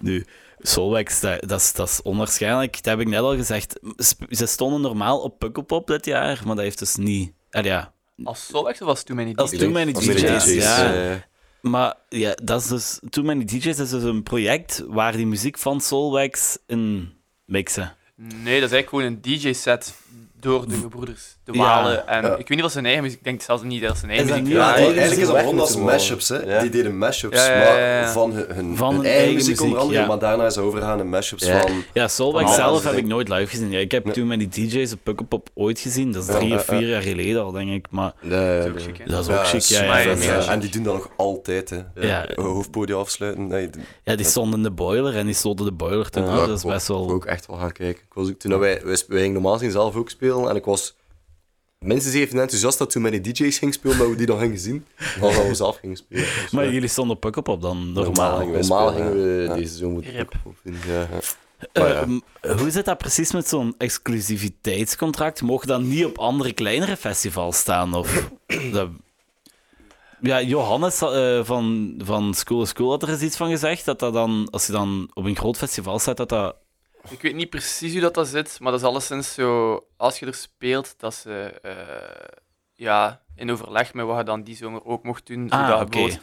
Nu, Solwax, dat, dat, is, dat is onwaarschijnlijk. Dat heb ik net al gezegd. Sp- Ze stonden normaal op Pukkelpop dit jaar, maar dat heeft dus niet... Ah ja,
als Solwax of als Too Many
als
Days?
Too Many
Als Too Many
DJs.
DJs,
ja.
eh,
Maar ja, dat is dus... Too Many DJs is dus een project waar die muziek van Solwax in mixen.
Nee, dat is eigenlijk gewoon een DJ-set door de gebroeders, de
Ja.
Walen. En ik weet niet wat zijn eigen muziek, ik denk zelfs niet dat zijn eigen
Is dat
muziek
niet-
Ja,
Ja,
eigenlijk is dat
werkt
begonnen als
natuurlijk wel.
mashups, hè.
Ja.
Die deden mashups,
Ja, ja, ja, ja.
maar van hun, hun,
Van hun
eigen
eigen
muziek onder
muziek,
andere,
ja.
maar daarna is overgegaan in mashups
Ja.
van...
Ja, Solwax
Oh, dat
zelf
is
heb
het.
ik nooit live gezien. Ja, ik heb Too Many DJs op Pukkelpop ooit gezien. Dat is drie
ja,
of vier jaar geleden al, denk ik. Maar
Nee,
Ook chic, hè?
dat is ook chic. Ja, ja,
smijt,
dat is-
dat,
ja.
eh, En die doen dat nog altijd, hè.
Ja.
Hoofdpodium afsluiten. Nee, d-
ja, die stonden in de boiler en die sloten de boiler toe.
Ja,
dat is best
Ik
wel...
wou ook echt wel gaan kijken. Ik was ook, toen dat wij, wij, wij gingen normaal gezien zelf ook spelen en ik was minstens even enthousiast dat toen mijn DJ's ging spelen, dat we die dan gingen zien, dan dat we zelf gingen spelen. Dus,
Maar
ja.
jullie stonden op Pukkelpop dan, normaal.
Normaal.
normaal,
gingen wij
normaal
spelen,
gingen we
ja.
deze zomer
Rip.
ook opvinden. Ja.
Maar ja.
Eh, m- hoe zit dat precies met zo'n exclusiviteitscontract? Mogen dat niet op andere kleinere festivals staan? Of dat- Ja, Johannes eh, van, van School is School had er eens iets van gezegd. Dat dat dan, als je dan op een groot festival staat, dat dat...
Ik weet niet precies hoe dat, dat zit, maar dat is alleszins zo. Als je er speelt, dat ze eh, ja, in overleg met wat je dan die zomer ook mocht doen.
Ah,
zodat je
oké.
bijvoorbeeld,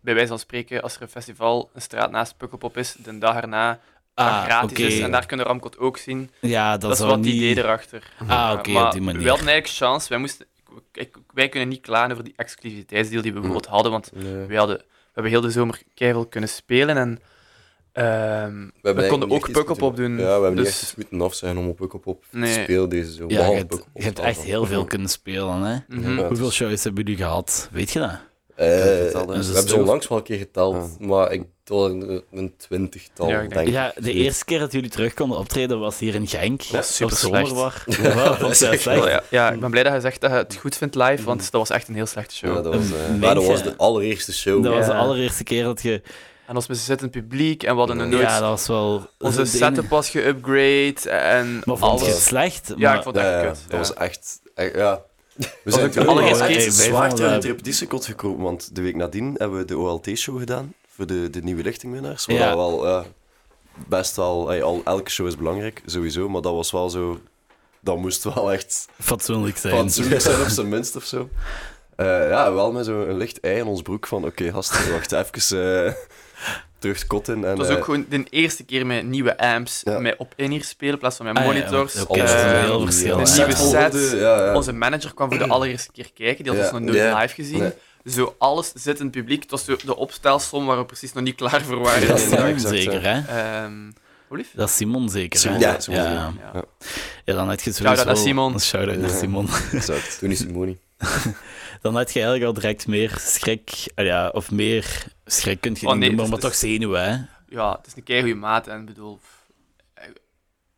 bij wijze van spreken, als er een festival een straat naast Pukkelpop is, de dag erna dat
Ah,
gratis
oké.
is. En daar kunnen Ramkot ook zien. Dat,
Ja, dat,
is
zou
wat het
niet...
idee erachter.
Ah,
Ja,
oké,
maar
op die manier.
We hadden eigenlijk chance. Wij, moesten, ik- wij kunnen niet klagen over die exclusiviteitsdeal die we
Hm.
bijvoorbeeld hadden, want we, hadden, we hebben heel de zomer keihard kunnen spelen en ehm, we,
hebben
konden
eigenlijk
ook
niet echt iets
Pukkelpop doen.
Ja, we hebben niet
dus-
echt iets moeten af zijn om op Pukkelpop
Nee.
te spelen deze zomer.
Ja, je
Behalve
hebt,
Pukkelpop
je hebt
zelf
echt
dan.
heel veel kunnen spelen, hè.
Mhm.
Ja, het
Hoeveel
is-
shows hebben jullie gehad? Weet je dat?
Eh,
Ja, vertel
we
dan.
Dus
hebben
dat-
zo langs wel een keer geteld, maar ik het was een, een twintigtal,
Ja, ik
denk
denk-
ik.
Ja, de eerste keer dat jullie terug konden optreden was hier in Genk.
Dat is super
Op
slecht.
Zomerwar. Ja, vond je dat slecht?
Wel, ja. ja, ik ben blij dat je zegt dat je het goed vindt live, want dat was echt een heel slechte show.
Mhm. ja, dat was... eh,
Nee.
Maar dat
Mensen-
was de allereerste show.
Dat was de
Ja.
allereerste keer dat je...
En als we zitten in het publiek en we hadden nog nooit...
Ja, dat was wel...
onze
dat is de
setup
ene-
was geüpgrade en
Maar vond je het
alles.
slecht?
Ja,
Maar-
ik vond het
ja,
echt
ja,
kut.
dat
ja.
was echt... echt- Ja. We
ook
zijn
de
toen
allereerste
wel
keer-
echt
Hey, wij
zwaar
vonden
tegen de
dat-
repetitiekot gekropen, want de week nadien hebben we de OLT-show gedaan voor de, de nieuwe lichtingwinnaars. Wat
Ja.
dat wel ja, best wel... hey, al, elke show is belangrijk, sowieso, maar dat was wel zo... Dat moest wel echt
fatsoenlijk zijn.
fatsoenlijk zijn op zijn minst of zo. Eh, ja, wel met zo'n licht ei in ons broek van... Oké, gasten, wacht even eh, terug het kot in. En,
Het was
eh,
ook gewoon de eerste keer met nieuwe amps,
Ja.
met op in-ear spelen in plaats van met
Ah, ja,
monitors.
oké,
Eh,
dat is een heel verschil.
een
hè.
nieuwe
Set
set.
volgorde, ja, ja.
Onze manager kwam voor de allereerste keer kijken, die had
Ja,
ons nog nooit
ja.
live gezien.
Nee.
Zo, alles zit in het publiek. Het was zo de opstelsom waar we precies nog niet klaar voor waren.
Dat
Dus, eh,
is
Ja,
Simon
exact,
zeker,
ja.
hè?
Ehm, hoe lief?
Dat is Simon zeker, hè?
Simon, ja, Simon,
ja.
Ja.
Ja, dan had je sowieso...
Shout-out aan Simon.
Een Shout-out naar
Ja.
Simon.
Exact.
Toen is Simoni.
Dan had je eigenlijk al direct meer schrik... ah ja, of meer schrik kunt je
Oh,
niet
nee,
noemen,
dus-
maar toch
dus-
zenuwen, hè?
ja, het is een keigoede maat. En ik bedoel, pff, eh,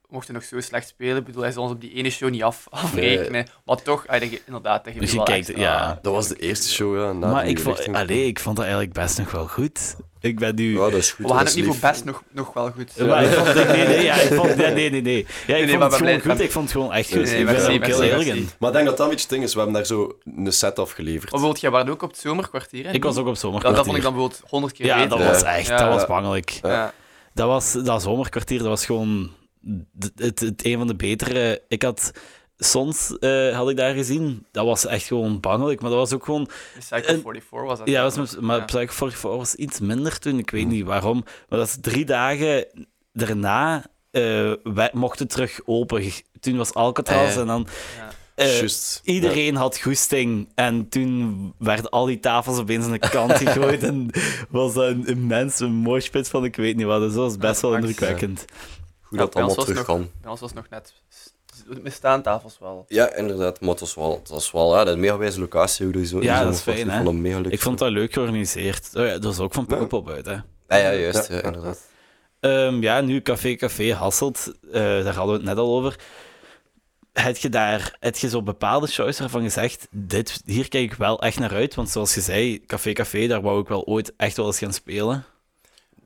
mocht hij nog zo slecht spelen, ik bedoel, hij zal ons op die ene show niet af, afrekenen. Maar toch, ah, dat ge- inderdaad, dat geeft
Dus
je
je
wel Ah,
kijkt...
extra-
Ja.
Dat was de eerste show, ja. Na
Maar
de
ik
nieuwe
vond...
lichting.
Allee, ik vond dat eigenlijk best nog wel goed. Ik ben nu...
Ja, dat is goed.
Maar we gaan
dat
het
is
niet voor
lief.
best nog, nog wel goed.
Maar ik vond, nee, nee, ja, ik vond, ja, nee, nee, nee. Ja, ik
nee,
vond
maar
het
we
gewoon
blijven-
goed. Ik vond het gewoon echt
Nee,
goed.
nee,
Ik ben
merci,
er ook heel
merci,
eerlijk
merci.
in.
Maar ik denk dat dat een beetje het ding is. We hebben daar zo een set afgeleverd.
Maar bijvoorbeeld, jij waren ook op het zomerkwartier. hè?
Ik was ook op
Ja, dat,
zomerkwartier.
vond ik dan bijvoorbeeld honderd keer
Ja,
beter.
dat was echt...
Ja.
Dat was bangelijk.
Ja.
Dat was dat zomerkwartier, dat was gewoon d- het, het, een van de betere. Ik had soms eh, had ik daar gezien, dat was echt gewoon bangelijk. Maar dat was ook gewoon...
Cycle
En-
44 was dat.
Ja,
toen
was
nog.
met, maar
Ja. Mm.
Psycho 44 was iets minder toen, ik weet niet waarom. Maar dat is drie dagen daarna eh we- mocht het terug open. Toen was Alcatraz
Eh.
en dan...
Ja.
eh,
Just.
Iedereen had goesting. En toen werden al die tafels opeens aan de kant gegooid. en was dat een immense moshpit van ik weet niet wat. Dus dat was best
Ja,
wel
dat maakt-
indrukwekkend.
Hoe
Ja,
dat
bij
allemaal
ons was
terug
nog-
kan.
Bij ons was het nog net. Met staantafels wel.
Ja, inderdaad. Maar het was wel, het was wel ja, dat is een mega wijze locatie. Hoe zo, in
Ja,
zo'n
dat is fijn,
festival.
hè.
Ik vond dat mega leuk.
Ik vond dat leuk georganiseerd. Oh ja, dat was ook van Pukkelpop uit, hè.
Ja, Ah, ja, juist.
Ja.
Ja, inderdaad.
Ehm, ja, nu Café Café Hasselt, eh, daar hadden we het net al over. Heb je daar, heb je zo bepaalde shows waarvan gezegd, dit, hier kijk ik wel echt naar uit, want zoals je zei, Café Café, daar wou ik wel ooit echt wel eens gaan spelen.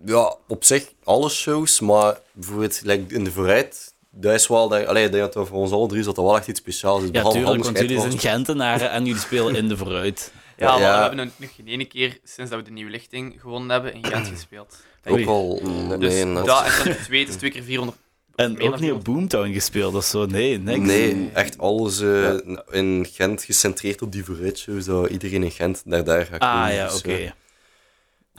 Ja, op zich alle shows, maar bijvoorbeeld like, in de vooruit, dat is wel, dat, allee, ik denk dat dat voor ons alle drie is dat dat wel echt iets speciaals is.
Ja,
Behalve
tuurlijk,
Anders
want jullie zijn
Edwards.
Gentenaren en jullie spelen in de vooruit.
Ja,
Ja.
maar we hebben nog- nog geen ene keer sinds dat we de nieuwe lichting gewonnen hebben in Gent gespeeld.
Oei.
Ook al, Oh, nee,
Dus
nee, dat-
dat en dan twee, het is twee keer 400.
En
Meer
ook
dan
niet op
iemand.
Boomtown gespeeld of zo, nee, niks.
nee, echt alles eh, in Gent gecentreerd op die vooruitshows, dat iedereen in Gent naar daar gaat
Ah
komen.
ja, oké.
Dus, eh,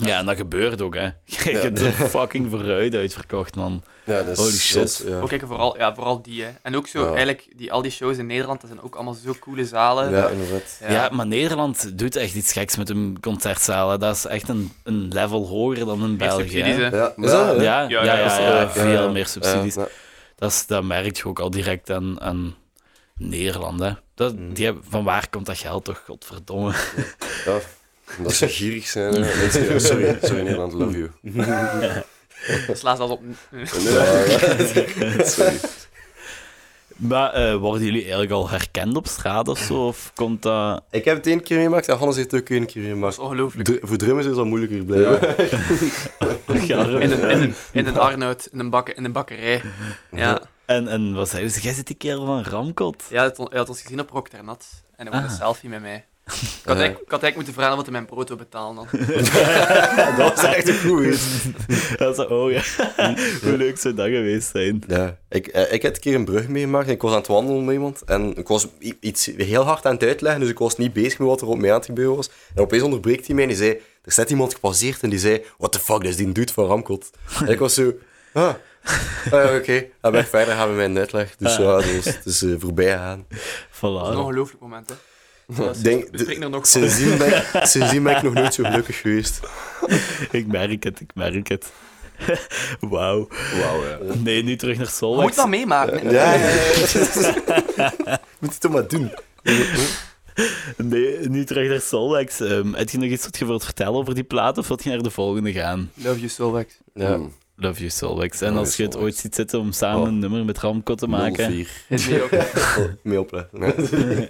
Ja, en dat gebeurt ook, hè. Je hebt de fucking vooruit uitverkocht, man.
Ja, dat is,
Holy
dat
shit.
is- ja.
Ook kijken vooral, ja, vooral die. Hè. En ook zo,
Ja.
eigenlijk, die, al die shows in Nederland, dat zijn ook allemaal zo coole zalen.
Ja, inderdaad.
Ja. maar Nederland doet echt iets geks met hun concertzalen. Dat is echt een, een level hoger dan in
Meer
België.
subsidies,
hè.
hè.
Ja,
Is dat, hè?
Ja, ja, ja, ja,
dat is,
ja,
eh,
veel
ja,
meer subsidies.
Ja,
Dat, is, dat merk je ook al direct aan, aan Nederland. Hè. Dat, die hebben, van waar komt dat geld toch, godverdomme?
ja. Omdat ze gierig zijn. hè. Mensen- ja, Sorry, sorry Nederland, love you.
Dus laat dat op.
Sorry.
Maar eh, worden jullie eigenlijk al herkend op straat of zo? Of komt dat...
Ik heb het één keer meegemaakt en Hannes heeft het ook één keer meegemaakt.
Dat is ongelooflijk.
Dr- voor drummers is dat moeilijker blijven.
In een, in, een, in een Arnoud, in een, bakken, in een bakkerij. Ja,
En, en wat zeiden ze? Jij zit die kerel van Ramkot.
ja hij had on- hij had ons gezien op Rock Ternat. En hij wilde
Ah.
een selfie met mij. Ik had, eigenlijk, ik had eigenlijk moeten vragen wat hij mijn brood wil betalen. Dan.
Oh.
dat was echt een goeie.
Dus- Dat is, oh ja, hoe leuk zou dat geweest zijn.
Ja, ik, eh, ik had een keer een brug meegemaakt. en Ik was aan het wandelen met iemand en ik was i- iets heel hard aan het uitleggen, dus ik was niet bezig met wat er op mij aan het gebeuren was. En opeens onderbreekt hij mij en die zei: Er staat iemand gepasseerd en die zei: What the fuck, dat is die dude van Ramkot. En ik was zo: Ah, ah, oké. En ben ik verder gaan met mijn uitleg. Dus
Ah.
ja, het is, het is eh, voorbij gaan.
Dat is een
Voilà.
ongelooflijk moment, hè. Dat
Denk-
we spreken er nog van.
Sindsdien ben, ik, sindsdien ben ik nog nooit zo gelukkig geweest.
Ik merk het, ik merk het. Wauw.
Wauw, ja.
Nee, nu terug naar
Je moet
Solwax.
dat meemaken. hè.
Ja, ja, ja. Moet je toch maar doen.
Nee, nu terug naar Solwax. Ehm heb je nog iets wat je wilt vertellen over die plaat of wilt je naar de volgende gaan?
Love you, Solveig.
Ja.
Love you, Solwax. En
Love
als
you,
je het
Solwax.
ooit ziet zitten om samen
Oh.
een nummer met Ramkot te maken.
04.
Is die ook.
Mee opletten.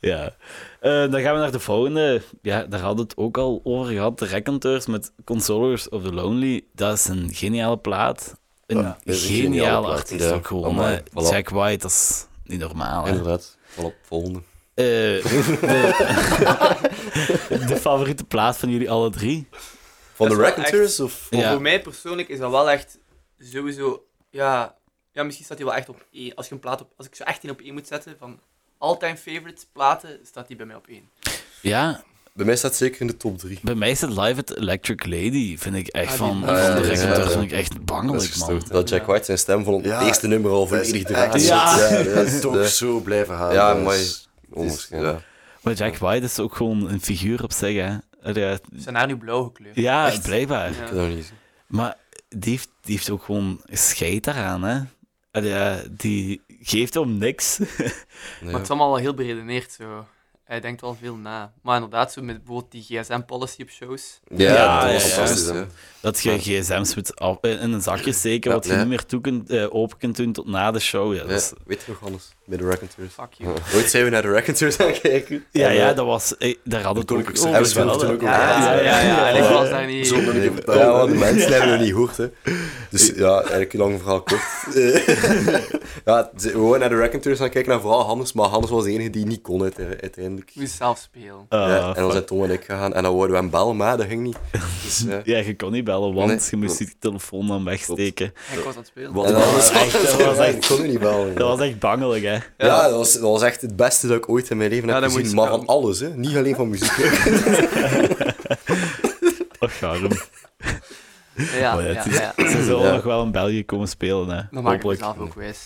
Ja. Eh, dan gaan we naar de volgende. Ja, daar hadden we het ook al over gehad. De Reconteurs met Consolers of the Lonely. Dat is een geniale plaat. Een
Ja, dat is een
geniale,
geniale plaat,
artiest
ja.
ook gewoon.
Amai,
hè.
voilà.
Jack White, dat is niet normaal. hè.
Inderdaad. Voilà, volgende.
Eh, de, de favoriete plaat van jullie alle drie?
Van de
Dat is wel
Raconteurs of
Voor-
Ja.
Voor mij persoonlijk is dat wel echt sowieso. Ja, ja misschien staat hij wel echt op één. Als, je een plaat op, als ik zo echt één op één moet zetten van all-time favorite platen, staat die bij mij op één.
Ja,
Bij mij staat zeker in de top 3.
bij mij is het Live at Electric Lady. Vind ik echt
Ah, die-
van,
Ah,
van
ja,
de
ja,
Reconteurs
ja, ja.
vind ik echt
Dat is
bangelijk, man.
gestoord.
Dat Jack White zijn stem van het
Ja.
eerste nummer al
Dat is
volledig
echt
draait.
Ja.
zot, Dat is toch
Ja.
zo blijven halen.
Ja,
dat
maar-
is Onwaarschijnlijk.
Maar Jack White is ook gewoon een figuur op zich, hè. Ja,
Scenario blauw gekleurd.
Ja, blijkbaar.
Ja.
Ik heb dat nog niet gezien.
Maar die heeft, die heeft ook gewoon scheid daaraan, hè. Allee, ja, die geeft om niks.
Nee,
Maar het is
ja.
allemaal wel heel beredeneerd zo. Hij denkt wel veel na. Maar inderdaad, zo met bijvoorbeeld die gsm-policy op shows.
Ja,
Ja,
dat was
ja, ja.
fantastisch. hè.
Dat je gsm's moet af- in een zakje steken,
Ja,
wat je
nee.
niet meer toe kunt, eh, open kunt doen tot na de show. Ja, dat is-
Ja, weet je nog alles? Bij de Raconteurs.
Fuck you.
Ooit zijn we naar de Raconteurs aan het kijken.
ja,
En,
ja,
eh,
dat was... eh, daar hadden we het ook
Koninklijk
over.
Circus
gehad,
was toen
hè.
ook al.
Ja, ja, ja. ja, En ik was daar niet.
Zonder
nee,
dat je
ja,
vertelde.
want de mensen hebben het nog niet gehoord, hè. Dus ja, eigenlijk een lang verhaal kort. Eh, ja, ze- we waren naar de Raconteurs gaan kijken, naar vooral Hannes, maar Hannes was de enige die niet kon uite- uiteindelijk. eindelijk.
Moet je zelf spelen.
Ah,
ja, en dan
fuck.
zijn Tom en ik gegaan en dan worden we hem bellen, maar dat ging niet. Dus, eh,
Ja, je kon niet bellen, want
Nee.
je moest die telefoon dan wegsteken.
En ik was aan het spelen.
Wat
en
een
dan was
echt- dat was echt-
kon je niet bellen.
Dat was echt bangelijk, hè.
Ja, dat, was, dat was echt het beste dat ik ooit in mijn leven
Ja,
heb
dat moet
gezien.
je
Maar van
zeggen.
alles, hè. niet alleen van muziek.
Och, arm.
Ja,
Maar ja,
ja,
het is-
ja.
Ze zullen
Ja.
nog wel in België komen spelen, hè.
Dan maak ik
Hopelijk.
mezelf ook wijs.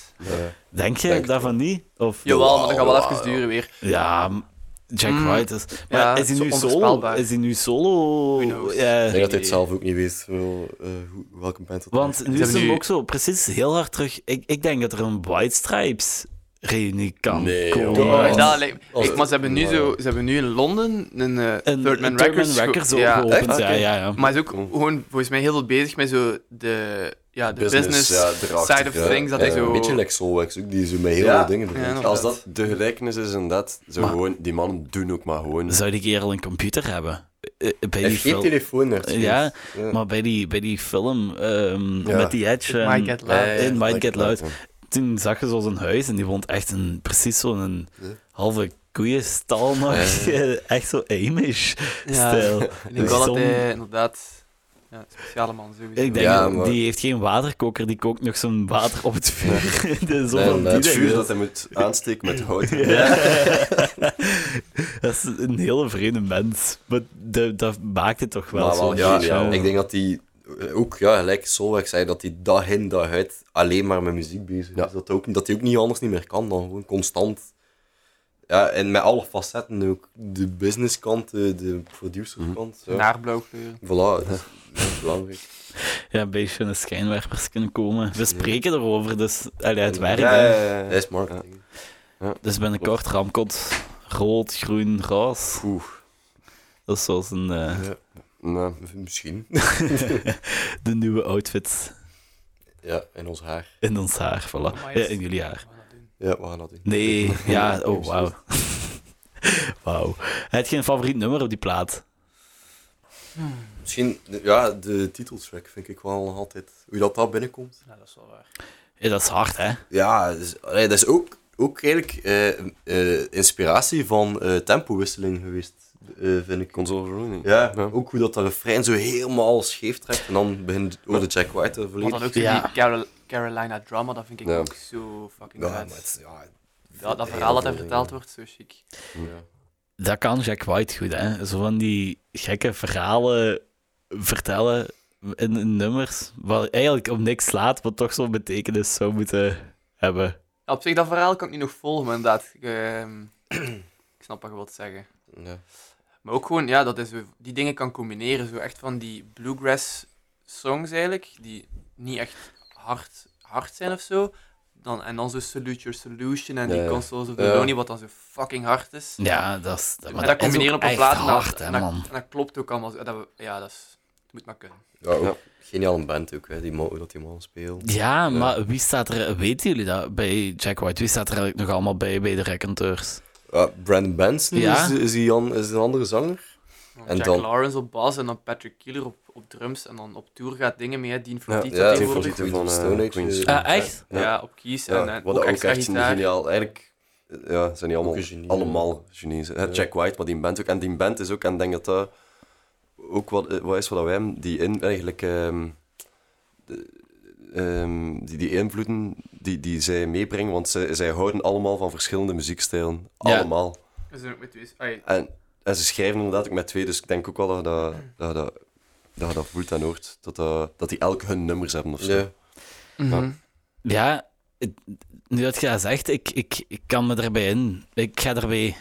Denk je
Denk
daarvan niet? Of...
Jawel, maar dat gaat wel even duren weer.
Ja, m- Jack
Mm.
White is... Maar
Ja,
is hij
zo
nu solo?
onvoorspelbaar.
Is hij nu solo?
Who knows?
Ja,
Ik denk dat hij het zelf ook niet weet wel, eh, hoe- welke band dat
Want nu is
hebben
hem
nu-
ook zo precies heel hard terug... Ik, ik denk dat er een White Stripes reunie kan
Nee,
komen.
joh.
Maar
als-
dat lijkt-
als-
ik- maar ze hebben, nu
ja.
zo, ze hebben nu in Londen een, eh
Een
Third Man Records, ge-
Records
ja.
opgeopend,
echt?
ja,
Oké.
ja, ja.
Maar is ook gewoon volgens mij heel veel bezig met zo de, ja, de business,
ja, erachter,
side of
ja.
things. Dat
Ja,
hij zo...
Een beetje like Solwax ook, die zo met heel
Ja.
veel dingen begint.
Ja, nog-
Als dat de gelijkenis is, inderdaad, zo
Maar-
gewoon, die mannen doen ook maar gewoon.
Zou die kerel een computer hebben? Eh, eh, Bij
Hij
die
heeft geen
film...
telefoon naar het
Ja,
feest.
Maar bij die, bij die film ehm,
Ja.
met die Edge...
It
en-
might get loud.
eh, It Might Get Loud.
Ja.
Toen zag je zo zijn huis en die woont echt in precies zo'n
Ja.
halve koeienstal nog. echt zo Amish-stijl.
Ik denk
Dus
wel dat
som-
hij inderdaad ja, een speciale man sowieso.
Ik denk,
Ja, maar-
die heeft geen waterkoker, die kookt nog zo'n water op het vuur. Dus zo
Nee,
van
nee,
die
Het vuur
dingen.
dat hij moet aansteken met hout.
Dat is een hele vreemde mens. Maar dat, dat maakt het toch wel
Maar
zo.
wel, ja,
geniaal.
Ik denk dat hij ook, ja, gelijk Solwax zei, dat hij dag in dag uit alleen maar met muziek bezig
Ja.
is. Dat, ook, dat hij ook niet anders niet meer kan dan gewoon constant. Ja, en met alle facetten ook. De businesskant, de, de producerkant.
Mhm.
Ja.
Naar blauw kleuren.
Voilà, dat is- dat is belangrijk.
Ja, een beetje in de schijnwerpers kunnen komen. We spreken erover, dus allee, het werkt.
Ja,
hè.
ja, ja, ja.
Dat is marketing.
Dus binnenkort ramkot, rood, groen, roos.
Oeh.
Dat is zoals een, eh,
Nou,
Misschien.
de nieuwe outfit
Ja, in ons haar.
in ons haar. Voilà.
Amai,
Ja, in jullie haar.
Ja, we gaan dat doen.
Nee, ja, oh
wauw.
wauw. Wauw. Heb je een favoriet nummer op die plaat?
Misschien, ja, de titeltrack vind ik wel nog altijd. Hoe dat dat binnenkomt.
Ja, dat is wel waar.
Ja, dat is hard, hè?
Ja, dus, allee, dat is ook, ook eigenlijk eh, eh, inspiratie van eh, tempowisseling geweest, eh, vind ik.
console verloren.
Ja,
Ja.
ook hoe dat dat refrein zo helemaal scheef trekt en dan begint oh, de Jack White te
Wat
verliezen.
dan ook zo
Ja.
die Carol- Carolina Drama, dat vind ik
Ja.
ook zo fucking
Ja,
vet.
maar het is- ja,
dat, dat
heel
verhaal dat
veel
er verteld
dingen.
wordt, zo chic.
Ja.
Dat kan Jack White goed, hè? Zo van die gekke verhalen vertellen in, in nummers, wat eigenlijk op niks slaat, wat toch zo'n betekenis zou moeten hebben.
Ja, op zich, dat verhaal kan ik niet nog volgen, maar inderdaad. Ik, ehm, ik snap wat je wilt zeggen.
Ja.
Maar ook gewoon, ja, dat is, zo- die dingen kan combineren. Zo echt van die bluegrass songs eigenlijk, die niet echt hard, hard zijn of zo. Dan, en dan zo Salute Your Solution en die
Ja, ja.
Consoles of the
Ja.
Lonely, wat dan zo fucking hard is.
Ja, dat is... Maar
en
is
dat, combineren
ook
op een
echt
plaat, en dat-
hard, hè,
en dat,
man.
en dat klopt ook allemaal. zo. Dat, ja, dat is, het moet maar kunnen.
Ja, ook
Ja.
geniale band ook, hè, die man, hoe dat die man speelt.
Ja, maar wie staat er... Weten jullie dat bij Jack White? Wie staat er eigenlijk nog allemaal bij, bij de Reconteurs?
Ja, Brandon Benson
Ja.
is, is, die an- is een andere zanger.
Dan
En
Jack
dan-
Lawrence op bas en dan Patrick Keeler op, op drums en dan op tour gaat dingen mee. hè, Dean Fortiet
ja,
ja,
Dean
tegenwoordig.
Fortiet.
Voorzitter van
Queens of
eh,
Stone Age,
Queens.
eh,
Ah, echt?
Ja,
Ja.
op keys
Ja,
en, en
wat
ook
ook
extra
echt een
gitaar.
geniaal. Eigenlijk eh, ja, zijn die
Ook
allemaal,
een genie.
allemaal Chinezen. Hè, Jack White, maar die band ook. En die band is ook, en ik denk dat dat ook wat, eh, wat is wat wij hem, die in eigenlijk. ehm, de- ehm, die, die invloeden die, die zij meebrengen, want zij, zij houden allemaal van verschillende muziekstijlen.
Ja.
Allemaal.
We zijn ook met twee- ai,
En, en ze schrijven inderdaad ook met twee, dus ik denk ook wel dat je dat, dat, je dat, dat, je dat voelt en hoort. Dat, eh, dat, dat die elk hun nummers hebben of zo.
Ja.
mhm.
Ja, het- nu dat je dat zegt, ik, ik, ik kan me erbij in. Ik ga erbij...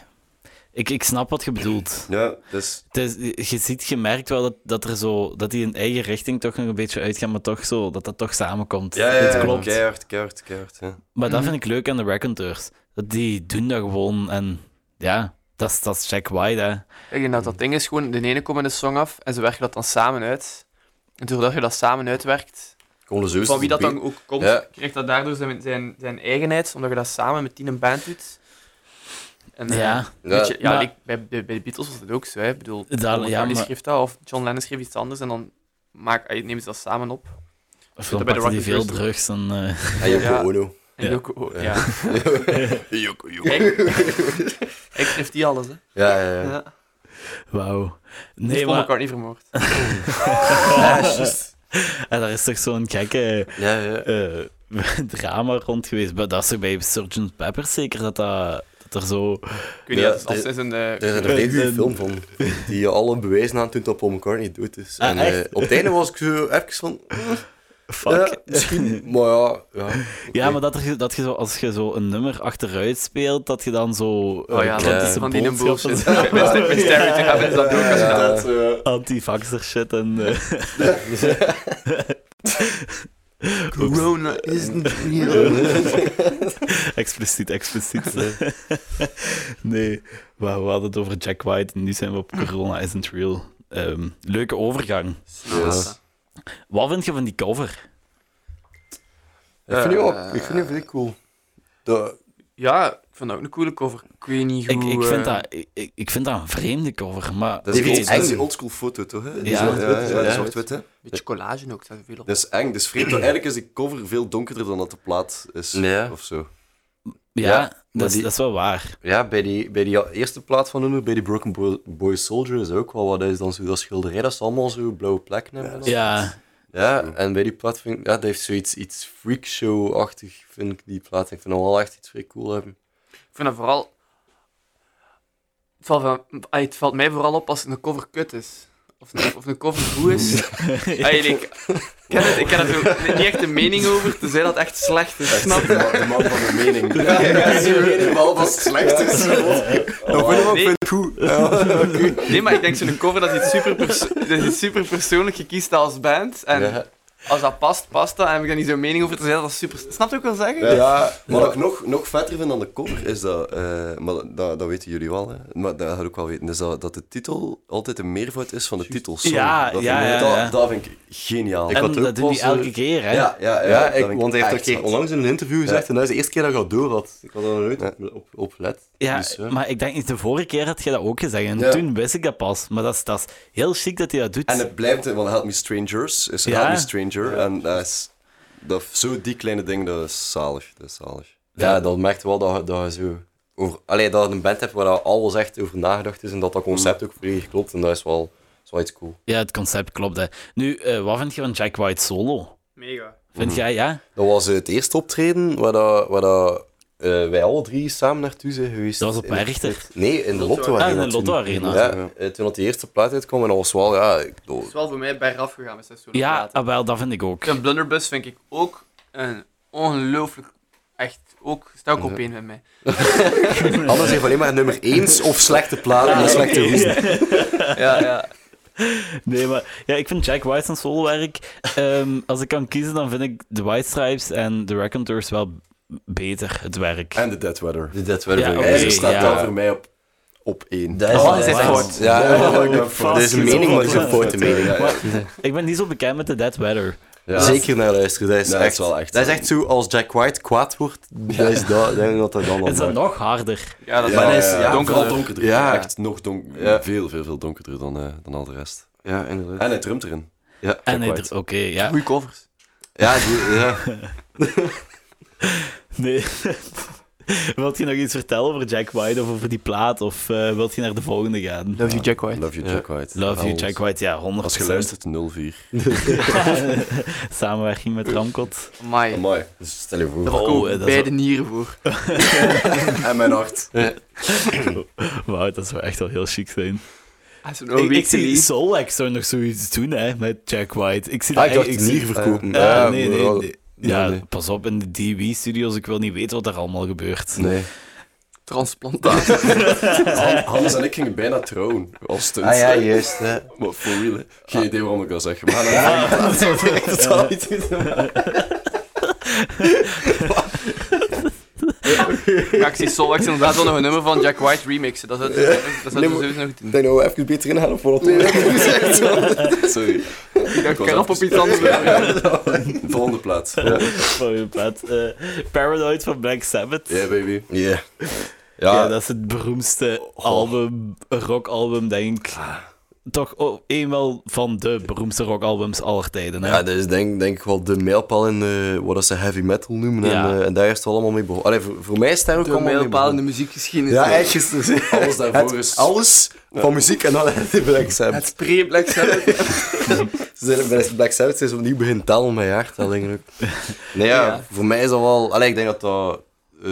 Ik, ik snap wat je bedoelt.
Ja, dus
Het is- je ziet, je merkt wel dat, dat er zo... Dat die in eigen richting toch nog een beetje uitgaan, maar toch zo... Dat dat toch samenkomt. Het klopt.
keihard, keihard, keihard. Ja.
Maar dat
Mhm.
vind ik leuk aan de Reconteurs. Dat die doen dat gewoon en... Ja, dat is, dat is Jack White, hè.
Ik denk dat dat ding is gewoon, de ene komt met een song af en ze werken dat dan samen uit. En doordat je dat samen uitwerkt,
Kon de zus
van wie dat
Dus be-
dan ook komt,
Ja.
krijgt dat daardoor zijn, zijn, zijn eigenheid, omdat je dat samen met tien een band doet. En, eh,
Ja.
weet je, ja,
maar-
like, bij, bij, bij de Beatles was dat ook zo. Hè. Ik bedoel,
Dat-
Paul
ja,
McCartney
maar-
schreef dat, of John Lennon schreef iets anders en dan maak, ai, nemen ze dat samen op.
Of
Zitten
dan
bij de
pakte die veel
Reconteurs.
drugs en... eh,
En Yoko
Ja.
Ono.
En
Ja.
Yoko- ja.
Yoko, Yoko.
Ik, ik schreef die zie alles, hè.
Ja, ja, ja.
Ja.
Wauw.
Nee,
Nee,
Paul
maar...
McCartney vermoord.
En daar is toch zo'n gekke
ja, ja.
eh, drama rond geweest. Maar Dat is toch bij Sgt. Pepper zeker dat, dat, dat er zo...
Ik weet
Ja,
niet, als, als
er-
is een...
Er is
eh
een hele goede
Een-
film van, die alle bewijzen aantoont dat Paul McCartney dood is.
Ah,
en eh,
echt?
op het einde was ik zo even van... eh,
Fuck.
ja, misschien, maar ja. Ja,
Ja,
oké.
maar dat, er, dat je zo, als je zo een nummer achteruit speelt, dat je dan zo...
Oh ja,
dat
dat
is
is van die een
boodschappen-
bullshit. Met met Sterry te hebben, is dat ook als je
Ja.
dat...
Anti-vaxxer shit en... eh,
Corona isn't real.
expliciet, expliciet. eh. nee, maar we hadden het over Jack White en nu zijn we op Corona Isn't Real. Ehm, leuke overgang.
Yes.
Wat vind je van die cover?
Ik vind die ook,
Eh,
ik vind die wel cool. Dat,
Ja, ik vind dat ook een coole cover. Ik weet niet
Ik,
hoe...
ik, vind
eh,
dat, ik, ik vind dat een vreemde cover, maar...
Dat is,
Die
die
heeft
dat is
eng.
die oldschool foto, toch? Hè? Die
Ja.
zwart-wit,
Ja, ja, ja.
zwart-wit, hè?
Een beetje collage ook, dat is veel op.
Dat is eng, dat is vreemd. want Eigenlijk is die cover veel donkerder dan dat de plaat is.
Ja.
Of zo.
Ja,
Ja,
dat,
maar
is,
die-
dat is wel waar.
ja, bij die, bij die eerste plaat van hun, bij die Broken Boy, Boy Soldier, is ook wel wat. Dat is dan zo dat schilderij, dat ze allemaal zo blauwe plekken hebben. en al.
Ja,
Ja, en bij die plaat vind ik, ja, dat heeft zoiets iets freakshow-achtig, vind ik die plaat. Ik vind hem wel echt iets vrij cool hebben.
Ik vind dat vooral... Het valt, van- ah, het valt mij vooral op als een cover kut is. Of een, of een cover goed is. Eigenlijk, ik ken het- ik heb er zo niet echt een mening over, tenzij dat echt slecht is. Snap je?
De man van de mening.
Ja, dat is helemaal wat slecht is.
Nee. Nee, maar ik denk zo'n cover dat is iets super, dat is iets super persoonlijk gekiest als band. En
Ja.
als dat past, past dat. En heb ik daar niet zo'n mening over te zeggen. Dat is super. Snap je wat ik wil zeggen?
Ja, wat ik nog, nog vetter vind dan de cover is dat, eh, maar dat, dat weten jullie wel, hè? maar dat had ik wel weten, is dat, dat de titel altijd een meervoud is van de titelsong.
Ja,
dat
ja,
vind ik,
ja, ja.
Dat, dat vind ik geniaal.
Ik
en
had ook
dat doen die
pas, eh,
elke keer, hè?
ja, ja, ja,
Ja,
dat
ik,
vind ik
want hij heeft
echt
dat een keer
zot.
onlangs in een interview gezegd
Ja.
en dat is de eerste keer dat ik dat door had. Ik had er nog nooit op, op, op let.
Ja,
Dus, ja.
maar ik denk niet, de vorige keer had je dat ook gezegd. En
Ja.
toen wist ik dat pas. Maar dat is, dat is heel chic dat hij dat doet.
En het blijft, want Help Me Strangers is
Ja.
Help Me Stranger. En dat is, dat, zo die kleine ding, dat is zalig. Dat is zalig.
Ja, dat merkt wel dat, je- dat je zo... Over, allee, dat je een band hebt waar dat alles echt over nagedacht is en dat dat concept ook volledig klopt. En dat is wel, dat is wel iets cool.
Ja, het concept klopt. Hè. Nu, eh, wat vind je van Jack White solo?
Mega.
Vind jij, ja?
Dat was eh, het eerste optreden waar, dat, waar dat, eh, wij alle drie samen naartoe zijn geweest.
Dat was op
In-
Werchter.
Nee, in de Lotto Arena.
Ah, in de
toen.
Lotto Arena.
Ja, eh, toen dat die eerste plaat uitkwam en dat was wel, ja... Ik, dat-
Het is wel voor mij bergaf gegaan met seizoen.
Ja, ah, wel, dat vind ik ook.
Een blunderbus vind ik ook een ongelooflijk. Echt ook. Stel ook op één met mij.
Anders heeft alleen maar nummer 1 of slechte platen en slechte roesten.
Ja, ja.
Nee, maar ja, ik vind Jack White zijn solo-werk... ehm, als ik kan kiezen, dan vind ik de White Stripes en de Raconteurs wel beter, het werk.
En de Dead Weather.
Dat
Ja,
werd
oké,
IJzer staat
ja.
daar voor mij op, op één.
Dat is
Oh,
dat
zij
is
zijn
echt-
fout.
Ja,
Oh,
dat
ik ben fout.
is een
Dit is
mening, maar het is een
ook
foute
wel
mening.
fout.
Ik ben niet zo bekend met de Dead Weather.
Ja.
Zeker naar luisteren, dat is,
Nee, dat
echt,
is wel echt
Dat is
zo.
echt zo, als Jack White kwaad wordt, dat is dat, denk ik dat dat dan al
Is dat nog harder?
Ja, dat is
Ja,
wel
dat
is
is- ja,
donkerder.
donkerder.
donkerder.
Ja.
Echt nog donk
Ja.
Veel, veel, veel donkerder dan, eh, dan al de rest.
Ja, inderdaad.
En hij drumt erin.
Ja,
En
Jack
hij
White.
dr- Oké, ja.
Goeie covers.
Ja, die- ja.
Nee. wilt je nog iets vertellen over Jack White of over die plaat? Of eh, wilt je naar de volgende gaan?
Love you, Jack White.
Love you, Jack White.
Love you,
Al-
Jack White. Ja, 100%.
Als je luistert, 04.
Samenwerking met Ramkot.
Amai.
Mooi. Stel je voor.
Daar komen
eh, dat is
beide nieren voor.
En mijn hart.
Wauw, dat zou echt wel heel chic zijn.
Hij is een
Ik, ik
weekly.
zie Solex zou nog zoiets doen hè, met Jack White. Ik zie
Ah,
dat
ik dacht
echt-
nier
zie-
verkopen.
Eh,
Ja,
nee,
maar
nee,
wel-
nee. Ja,
nee.
pas op, in de DB-studios, ik wil niet weten wat er allemaal gebeurt.
Nee.
Transplantatie.
Han- Hans en ik gingen bijna trouwen. Als stunt.
Ah ja, juist. hè.
Maar voor real, hè. Geen idee waarom ik dat zeg. Maar dan-
totaal niet in te maken.
Ja, ik zie Solwax inderdaad wel nog een nummer van Jack White remixen. Dat zou dat zou
Nee,
ze
maar-
sowieso nog doen.
Ik denk dat we even beter ingaan op wat we
Sorry.
Ik dacht,
was
ik op op iets anders.
Volgende plaats.
Van je plaat. eh, Paranoid van Black Sabbath.
Yeah, baby.
Ja.
Ja,
Ja, Oh. Ah.
dat is het beroemdste album, rockalbum, denk ik. toch o- een wel van de beroemdste rockalbums aller tijden. Hè?
Ja, dat is denk, denk ik wel de mijlpaal in eh, wat dat ze heavy metal noemen.
Ja.
En, eh, en daar is het wel allemaal mee begonnen. Allee, voor, voor mij is het daar ook
De
allemaal mee
mijlpaal in de
begonnen.
muziekgeschiedenis.
Ja, echt gisteren. Alles daarvoor is... Alles van muziek en dan het Black Sabbath.
Het pre-Black Sabbath.
Ze zijn- Bij de Black Sabbath is opnieuw begin tellen met jaartellingen ook. Nee, ja,
Ja.
voor mij is dat wel... Allee, ik denk dat dat... eh,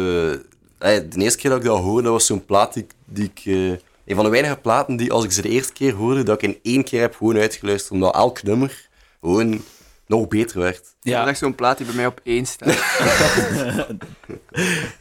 allee, de eerste keer dat ik dat hoorde, dat was zo'n plaat die, ik- die ik... eh, een van de weinige platen die, als ik ze de eerste keer hoorde, dat ik in één keer heb gewoon uitgeluisterd, omdat elk nummer gewoon nog beter werd.
Dat is
ja,
echt zo'n plaat die bij mij op één staat.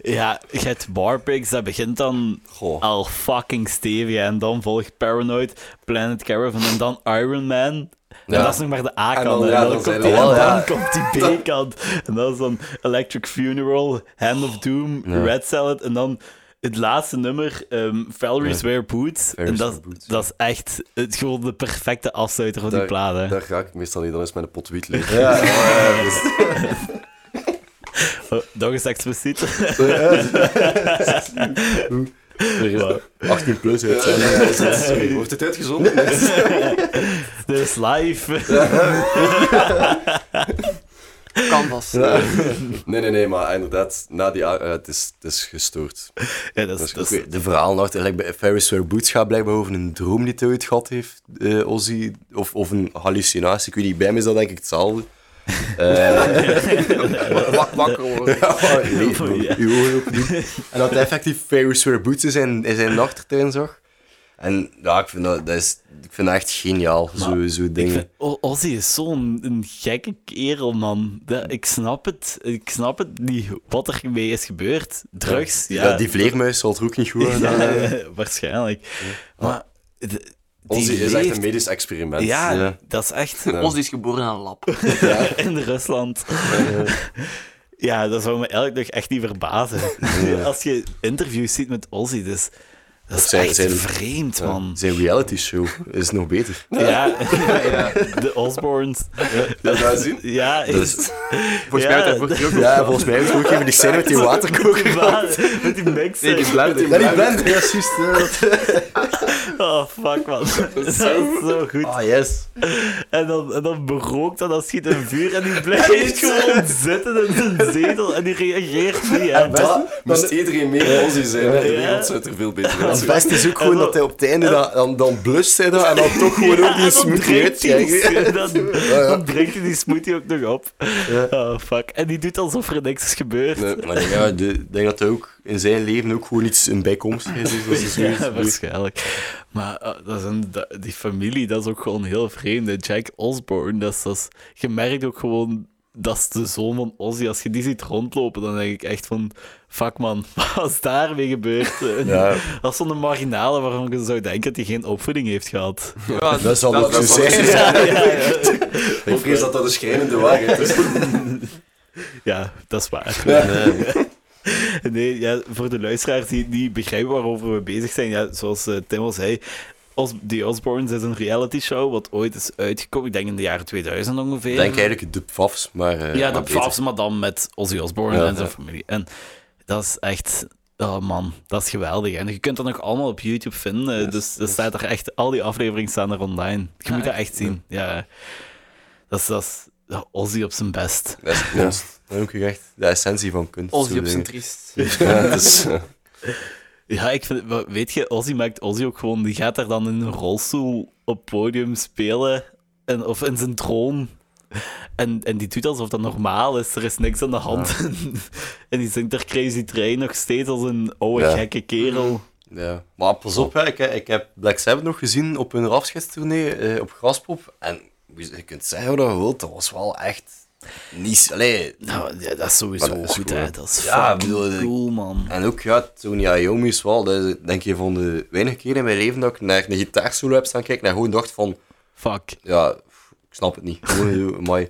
ja, je hebt Warpigs, dat begint dan
Goh.
al fucking stevig. hè. En dan volgt Paranoid, Planet Caravan en dan Iron Man. En
Ja.
dat is nog maar de
En
A-kant.
dan-
hè.
ja,
En
dan
dan,
zijn
komt
we
die-
wel,
en
ja.
dan komt die B-kant. En dat is dan Electric Funeral, Hand of Doom, Red Salad. En dan het laatste nummer, ehm Valerie's Wear Boots. En
Valerie's
dat,
Wear Boots,
dat is echt het, gewoon de perfecte afsluiter van die
Daar-
plaat. hè.
Daar ga ik meestal niet, dan is mijn pot wiet leeg.
Ja, ja, dus-
Oh, dat is expliciet.
Er is 18 plus uit.
Sorry, wordt het uitgezonden?
Dit is live.
Canvas.
Nee, nee, nee, maar inderdaad, na die, a- eh, het, is, het is gestoord.
Ja, dat is,
is
dat is-
Oké, De verhaal nog, like, bij Ferris Wear Boots gaat blijkbaar over een droom die hij ooit gehad heeft, eh, Ozzy. Of, of een hallucinatie, ik weet niet, bij mij is dat denk ik hetzelfde.
Wak- Wakker worden.
nee, bro,
Ja.
uw ogen open doen. En dat hij effectief Ferris Wear Boots in zijn, in zijn nachtertuin zag. En ja, ik vind dat, dat, is, ik vind dat echt geniaal, zo, zo
ik
dingen.
vind- O- Ozzy is zo'n een gekke kerel, man. Dat, ik snap het. Ik snap het niet wat er mee is gebeurd. Drugs, ja.
Ja, die vleermuis zal het ook niet goed hebben gedaan hebben.
Ja, waarschijnlijk. Maar... de- die
Ons is echt
leeft-
een medisch experiment.
Ja,
Ja.
dat is echt
Ons is geboren aan een lab.
in Rusland. ja, dat zou me elke dag echt niet verbazen. Als je interviews ziet met Ozzy, dus, dat is
zijn-
echt
zijn-
vreemd, man.
Zijn reality show is nog beter.
Ja, de Osborns.
Dat gaan we zien.
Ja, is-
Volgens mij
Ja,
had hij voor terug.
Ja, volgens mij hebben ze ook even die scène met die waterkoker gehad.
Ja, Met die mixer.
Nee, die blauwe.
Ja, die blend. Ja, juist. ja, dat-
Oh, fuck, man. Dat is zo goed.
Ah, yes.
En dan, en dan berookt dat, dan schiet een vuur en die blijft gewoon zitten in zijn zetel en die reageert niet, hè.
Dat Ah, moest iedereen meer Ozzy zijn. hè. De wereld zou het er veel beter
Het
uitzien.
beste is ook gewoon
dan-
dat hij op het einde dan, dan, dan blust hij dat en dan toch gewoon ook
Ja,
die
dan
smoothie
drinkt hij die
uitkrijgt.
sm- dan, dan drinkt hij die smoothie ook nog op. Oh, fuck. En die doet alsof er niks is gebeurd.
Nee,
Maar ik denk, ja, de- ik denk dat hij ook in zijn leven ook gewoon iets een bijkomst is. Dus dat is
Ja,
zoiets.
waarschijnlijk. Maar eh, dat is een, dat- die familie, dat is ook gewoon heel vreemd. hè. Jack Osborne, dat is, dat is- je merkt ook gewoon, dat is de zoon van Ozzy. Als je die ziet rondlopen, dan denk ik echt van, fuck man, wat is daarmee gebeurd?
Ja.
Dat is zo'n marginale waarvan je zou denken dat hij geen opvoeding heeft gehad.
dat zal ook zo
dat zal
zijn.
precies
Ja.
Ik vrees dat dat een schrijnende waarheid is.
Ja, dat is waar. eh, nee, ja, voor de luisteraars die niet begrijpen waarover we bezig zijn, ja, zoals eh, Tim al zei, Os The Osbournes is een reality show wat ooit is uitgekomen, ik denk in de jaren 2000 ongeveer.
Ik denk eigenlijk de Pfafs, maar... eh,
ja,
maar
de
beter.
Pfafs, maar dan met Ozzy Osbourne
Ja,
en zijn
ja.
familie. En dat is echt... Oh man, dat is geweldig. En je kunt dat nog allemaal op YouTube vinden. eh, dus er staat er echt, al die afleveringen staan er online. Je moet dat echt zien. Ja. Dat is, dat is ja, Ozzy op zijn best.
Dat is kunst. Dat heb ik echt de essentie van kunst.
Ons
zo
op zijn
dingen.
triest.
Ja, dus, eh,
Ja, ik vind, wa- weet je, Ozzy maakt Ozzy ook gewoon. Die gaat daar dan in een rolstoel op podium spelen. En, of in zijn troon. En, en die doet alsof dat normaal is. Er is niks aan de hand. en die zingt daar Crazy Train nog steeds als een oude
Ja.
gekke kerel.
Ja. Maar pas op, hè. Ik, ik heb Black Sabbath nog gezien op hun afscheidstournee eh, op Graspop. En je kunt zeggen wat je wilt, dat was wel echt... Niet... Allee,
Nou, ja, dat is sowieso
Maar dat is
goed,
goed,
hè.
hè.
Dat is
Ja,
fucking
bedoel, ik-
cool, man.
En ook, ja, Tony Iommi is wel, dat is, denk ik, van de weinige keren in mijn leven dat ik naar een gitaarsolo heb staan kijken en gewoon dacht van,
Fuck.
ja, pff, ik snap het niet. Gewoon, maar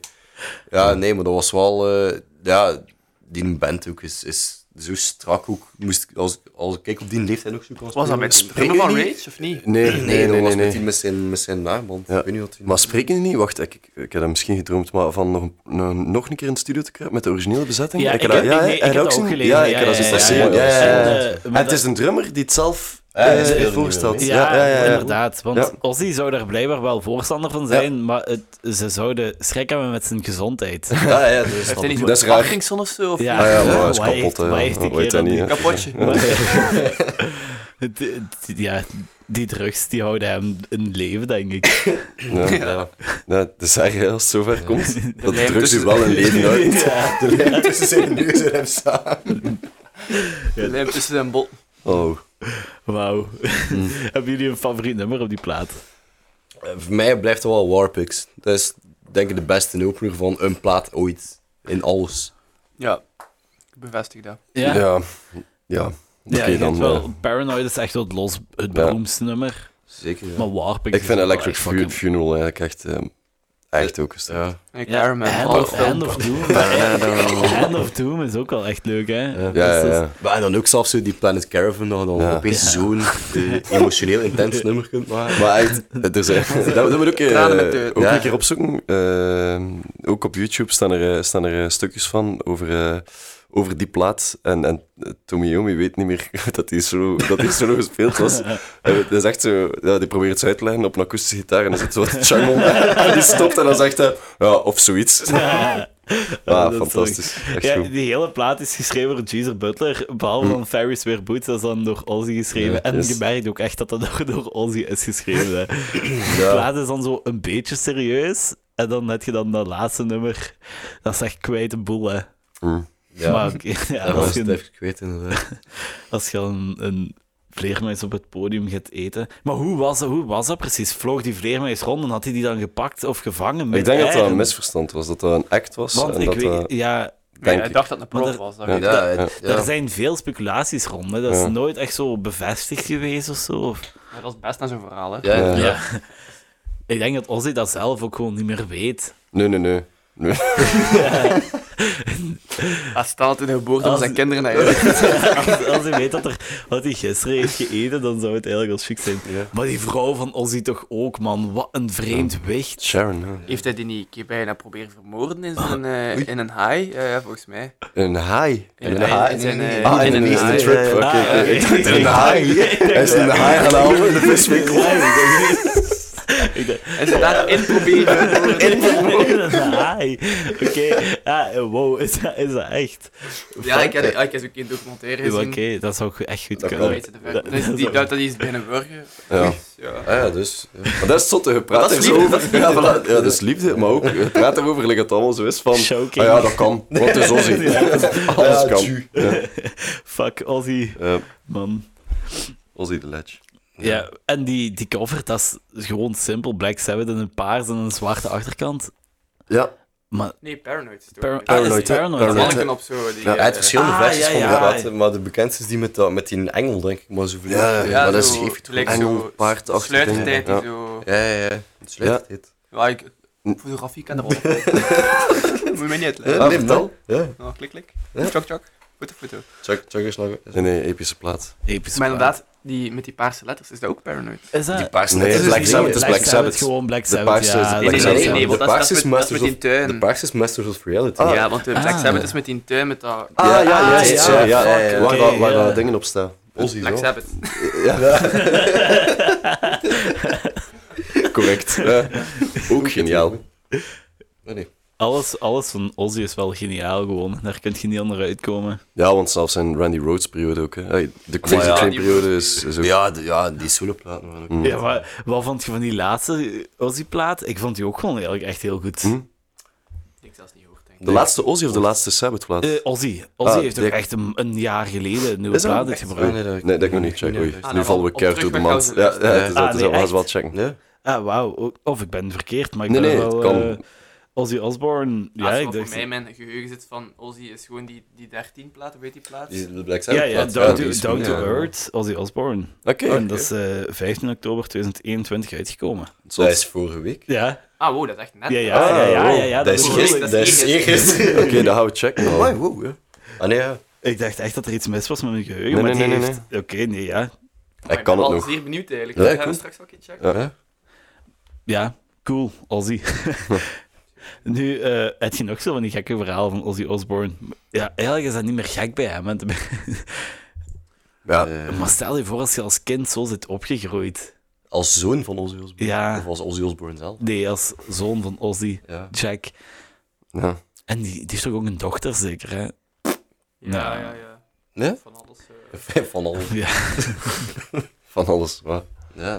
Ja, nee, maar dat was wel, eh, ja, die band ook is, is zo strak ook. Moest, ik- als, als ik kijk op die leeftijd ook zo kan
Was dat
spelen,
met
dan-
springen van Rage, of niet?
nee, nee,
Nee, dat
nee,
was
nee.
met, die,
nee.
met zijn, met zijn naamband.
Ja.
Ik weet niet wat die...
Maar spreken die niet? Wacht, ik, ik, ik heb dat misschien gedroomd, maar van nog, nog, nog een keer in de studio te krijgen met de originele bezetting?
Ja, ik
dat-
heb die- nee,
heb
ik heb
je
dat ook
gezien?
gelezen,
Ja, ik
ja,
heb dat
ja,
zien
ja,
passeren.
ja,
Ja,
ja.
ja, ja.
En, eh, maar
En het is een drummer die het zelf... Ja,
Eh,
is
eh,
veel voorgesteld.
Ja,
Ja, ja, ja, ja.
inderdaad. Want
Ja.
Ozzy zou daar blijkbaar wel voorstander van zijn, maar het, ze zouden schrik hebben met zijn gezondheid.
Ja, ja, dat is
Heeft hij
dan.
niet
Dat is
zo'n
raar.
Parkinson of zo? Of
Ja,
Ah ja, maar hij is
wat heeft-
kapot, hè.
wat heeft die
Dat weet
kerel
hij niet, hè.
Kapotje.
Maar, die, die- ja, die drugs die houden hem in leven, denk ik.
Ja. Ja. dat is eigenlijk als het zover komt, dat de
lijm
drugs u
tussen-
wel een leven uit.
Ja.
De lijn tussen zijn neus en hem samen.
De lijm tussen zijn bol.
Oh,
Wauw. Hebben jullie een favoriet nummer op die plaat?
Eh, Voor mij blijft het wel Warpix. Dat is denk ik de beste opener van een plaat ooit. In alles.
Ja, ik bevestig dat.
ja.
ja,
Ja, oké
ik
dan.
vind
eh,
wel, Paranoid is echt wel het, los, het
Ja.
beroemdste nummer.
Zeker. Ja.
Maar dus Warping
ik vind Electric Fu- Funeral eigenlijk echt, eh, echt ook een stuk.
Ja.
En ik
Ja,
Iron Man.
Hand
alle
of,
film.
Hand of Doom. Hand of Doom is ook wel echt leuk, hè?
Ja.
Ja, ja, ja.
Maar en dan ook zelfs zo die Planet Caravan, dat je dan
Ja.
opeens zo'n eh, emotioneel intens nummer kunt maken.
Maar echt, er zijn,
dus
dat, dat moet ook, eh,
Tranen met de-
ook
Ja.
een keer opzoeken. Eh, ook op YouTube staan er, eh, staan er eh, stukjes van over, eh, over die plaat. En, en eh, Tomiyomi weet niet meer dat die solo, dat die solo gespeeld was. En het is echt zo, ja, die probeert het uit te leggen op een akoestische gitaar en dan zit zo wat jungle. En die stopt en dan zegt hij, ja, of zoiets.
dat
Ja,
is
fantastisch. Echt
Ja,
goed. Hm.
die hele plaat is geschreven door Geezer Butler, behalve dan Ferris Weer Boots, dat is dan door Ozzy geschreven.
Ja,
en
yes.
je merkt ook echt dat dat door, door Ozzy is geschreven. Hè. De
Ja.
plaat is dan zo een beetje serieus, en dan heb je dan dat laatste nummer, dat is echt kwijt een boel, hè.
Hm.
Ja.
Maar oké, ja,
dat was
als, je,
het
een-
even kwijt inderdaad.
als je een, een vleermuis op het podium gaat eten... Maar hoe was, dat- hoe was dat precies? Vloog die vleermuis rond en had hij die dan gepakt of gevangen?
Ik denk dat dat
midair?
een misverstand was, dat dat een act was.
Want
en
ik
dat
weet...
dat-
Ja,
Nee,
Denk
Hij
ik.
dacht dat het een
Maar
prop
er-
was. dat
Ja.
weet ik.
Ja, ja.
Er zijn veel speculaties rond, hè. dat is
Ja.
nooit echt zo bevestigd geweest of zo. Of-
Maar dat is best naar zo'n verhaal, hè.
Ja, ja.
Ja.
Ik denk dat Ozzy dat zelf ook gewoon niet meer weet.
Nee, nee, nee. nee.
Hij staat in de geboorte van
Als-
zijn kinderen. Dat je
Als, als hij weet dat er, wat hij gisteren heeft gegeten, dan zou het eigenlijk wel chic zijn. Maar die vrouw van Ozzy toch ook, man. Wat een vreemd wicht.
Sharon, ja.
Heeft hij die niet een keer bijna proberen vermoorden in, zijn, eh, in een haai? Ja, ja, volgens mij.
Een haai.
In een
een
haai.
haai?
in zijn, eh,
Ah, in
in
een
een haai.
Eastern trip. Oké,
Ah,
oké. Ik
oké.
dacht in de haai. Hij is in de haai gaan halen in de viswinkel.
En ze daarin proberen vermoorden.
Hi. Oké, ja, wow, is dat, is dat echt?
Ja, ik heb, ik heb ook een documentaire
Oké,
gezien.
dat zou goed- echt goed
Dat
Dat
kan.
kunnen.
weet je te ver. Dat is die- Dat dat is binnen burger.
Ja.
Ja.
Ah, ja, dus. ja.
Maar dat is zotte, je praat
Dat
er
is
zo
liefde.
over. Ja, voilà. ja, dat is liefde, maar ook, je praat erover like het allemaal zo is van...
Shocking.
Ah ja, dat kan. Want het is Ozzy. Alles
Ja,
kan.
tju.
Fuck, Ozzy,
Eh,
man.
Ozzy de Ledge.
Ja, en die, die cover, dat is gewoon simpel. Black Sabbath in een paars en een zwarte achterkant.
Ja.
Maar
Nee, Paranoid. is het ook.
Par-
Dat
ah, is
Paranoid, hè?
Paranoid.
is
Paranoid.
manneken op zo. Die,
Ja,
Hij heeft
eh,
verschillende
Ah,
versies
ja,
van die
ja.
plaat, maar de bekendste is die met, dat, met die engel, denk ik. Maar zo
Ja, ja,
Ja,
maar dat is
zo,
heeft
gelijk zo
engel, paardachtig
Sluitertijd die
dingen,
zo...
Ja, ja, ja. Het
Ja.
slecht dit.
Ja, ik... Fotografie kan er wel op. Moet je mij niet uitleggen.
Ah, vertel.
Ja.
Nou, klik, klik.
Ja.
Chok, chok. Foto, foto.
Chuck, Chuck is nog...
Nee, nee, epische plaat.
Episch
Maar
plaat.
inderdaad, die, met die paarse letters, is dat ook Paranoid?
Is dat...
Die paarse
Nee,
net
het is
Black
niet-
Sabbath, het is
Black
Black Sabbath.
Sabbath.
gewoon Black
De
Sabbath,
paarse is
ja,
de
dat
Black
is
Nee, nee, nee,
wel
nee,
zo.
want
De
dat is- dat
paarse
is
is
met, dat is met
Masters
die tuin.
De paarse is Masters of Reality.
Ah.
Ja, want de Black
Ah.
Sabbath is met die tuin, met dat...
Ah, ja, ja,
ah,
ja.
ja,
ja, ja,
fuck,
Waar,
oké,
dat- waar
ja.
dat dingen op staan. Ozzy,
Black
zo.
Sabbath.
Correct. Ja. Ook geniaal.
Nee, nee.
Alles, alles van Ozzy is wel geniaal gewoon. Daar kun je niet onder uitkomen.
Ja, want zelfs zijn Randy Rhodes periode ook. Hè. Hey, De Crazy
ja.
Train periode is, is ook...
Ja, de- ja, die soloplaten waren ook...
Mm.
Ja, maar wat vond je van die laatste Ozzy-plaat? Ik vond die ook gewoon eigenlijk echt heel goed.
Hm?
Ik zelfs niet hoort, denk ik.
De laatste Ozzy of de laatste Sabbath plaat?
Eh, Ozzy. Ozzy
Ah,
heeft ook
die-
echt een, een jaar geleden een nieuwe
Is dat
plaat
ook echt
uitgebracht.
dat
Ah. Nee, dat kan niet checken. Oei,
Ah,
nu
nou,
vallen we
op-
keihard door
terug
de
naar
mand. Ja, ja,
Kousen.
het is-
Ah,
het is
nee,
al
echt?
wel checken.
Nee?
Ah, wauw. O- Of ik ben verkeerd, maar ik
Nee,
ben
nee,
wel...
het kan.
eh, Ozzy Osbourne.
Ja,
Ja, ik
voor
dacht...
mij in mijn geheugen zit van Ozzy is gewoon die, die 13 plaat, hoe heet die plaat?
Die de
Ja,
Black Sabbath
ja,
plaat.
Down
die
to,
is
Down
goed,
to
ja.
Earth, Ozzy Osbourne.
Oké.
En dat is eh 15 oktober 2021 uitgekomen.
Zot.
Dat is vorige week.
Ja,
Ah, wow, dat is echt net.
ja, ja, ja, ja, ja, ja,
Dat is
bedoel ik,
gisteren. Dat is
dat is
eer gisteren.
Oké, dan gaan we checken. dan.
Amai, wow, ja. Ah nee, ja.
Ik dacht echt dat er iets mis was met mijn geheugen,
Nee,
maar
nee,
die
nee, nee,
heeft... Oké, nee, ja.
Hij kan het
Ik ben
nog.
al zeer benieuwd eigenlijk.
Ja,
dat gaan
cool.
we straks wel een keer checken.
Ja.
Ja, cool, Ozzy. nu, eh heb je nog zo van die gekke verhaal van Ozzy Osbourne? Ja, eigenlijk is dat niet meer gek bij hem. hè.
Ja,
Eh,
Maar stel je voor als je als kind zo zit opgegroeid.
als zoon van Ozzy Osbourne.
Ja.
Of als Ozzy Osbourne zelf.
Nee, als zoon van Ozzy,
Ja.
Jack.
ja.
En die, die heeft toch ook een dochter, zeker, hè?
Ja, ja, ja.
Nee?
Van alles. eh.
Van alles.
Van alles, wat?
Ja,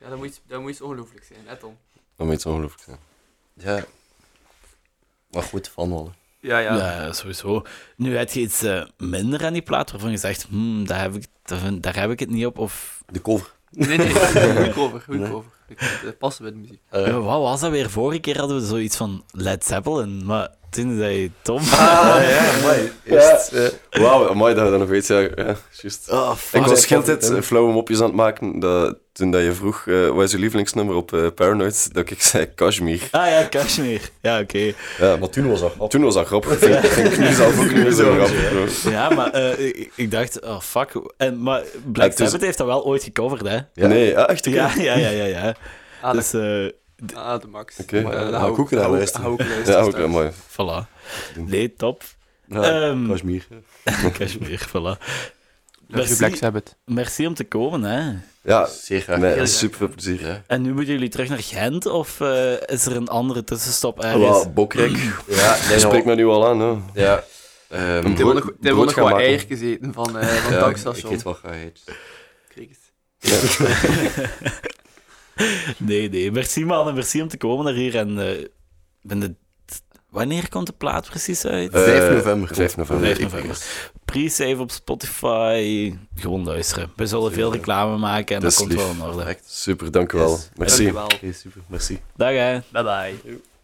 Ja, dat moet, iets- dat moet iets ongelooflijk zijn, let om.
Dat moet iets ongelooflijk zijn.
ja. Maar goed, van alles.
Ja, ja.
Ja, sowieso. Nu heb je iets eh, minder aan die plaat waarvan je zegt, hmm, daar, heb ik, daar, vind- daar heb ik het niet op. Of
De cover.
Nee, nee, goed cover, goed cover. Ik- Het past bij de muziek.
Eh,
Ja, wat was dat weer? Vorige keer hadden we zoiets van Led Zeppelin, maar toen zei je Tom.
ja, mooi. Eerst, eh, Wauw, mooi dat we dat nog weten. Ja, ja, juist.
Ah,
Ik
fuck.
was heel tijd eh, flauwe mopjes aan het maken dat, toen dat je vroeg, eh, wat is je lievelingsnummer op eh, Paranoid? Dat ik zei Kashmir.
Ah ja, Kashmir. Ja, oké.
Ja,
Maar toen was dat
toen was dat grappig. Vind, ik- vind ik nu zelf ook niet meer zo grappig. bro.
Ja, maar eh, ik, ik dacht, oh fuck. En, maar Black
het is-
Sabbath heeft dat wel ooit gecoverd, hè?
Nee, ah, echt? Oké.
Ja, ja, ja, ja. ja.
Ah,
Dus, eh
Ah, de max.
Oké, ja,
eh,
dat
hou
ga ik
hou
ook naar
dat
luisteren.
hou ik luisteren.
Ja, ook
straks.
wel mooi.
voilà. Nee, top.
Ja,
Ehm,
Kashmir.
Kashmir, voilà.
Luister je Black
Merci,
Sabbath.
merci om te komen, hè.
Ja,
Zeer graag.
nee, super veel plezier.
Ja.
En nu moeten jullie terug naar Gent, of eh, is er een andere tussenstop
Ah,
ergens?
Voilà, bokrek.
Ja, nee,
Je spreekt
nou,
me nu al aan, hè.
ja. Ehm,
Een
Die wil nog- Die wil
brood
nog
gaan
wat
maken.
eiertjes eten van, eh van
ja,
het
Ik
tankstation.
weet wat hij heet.
Kreeg het.
Nee, nee. Merci, man. En merci om te komen naar hier. En eh, ben de... Wanneer komt de plaat precies uit?
Eh,
5 november.
5 november.
5 november. Pre-save op Spotify. Gewoon luisteren. We zullen veel reclame maken en dat,
Dat is
komt wel in orde.
Super, dank u wel.
Yes.
Merci.
Dankjewel.
Oké, super. Merci.
Dag, hè.
Bye bye.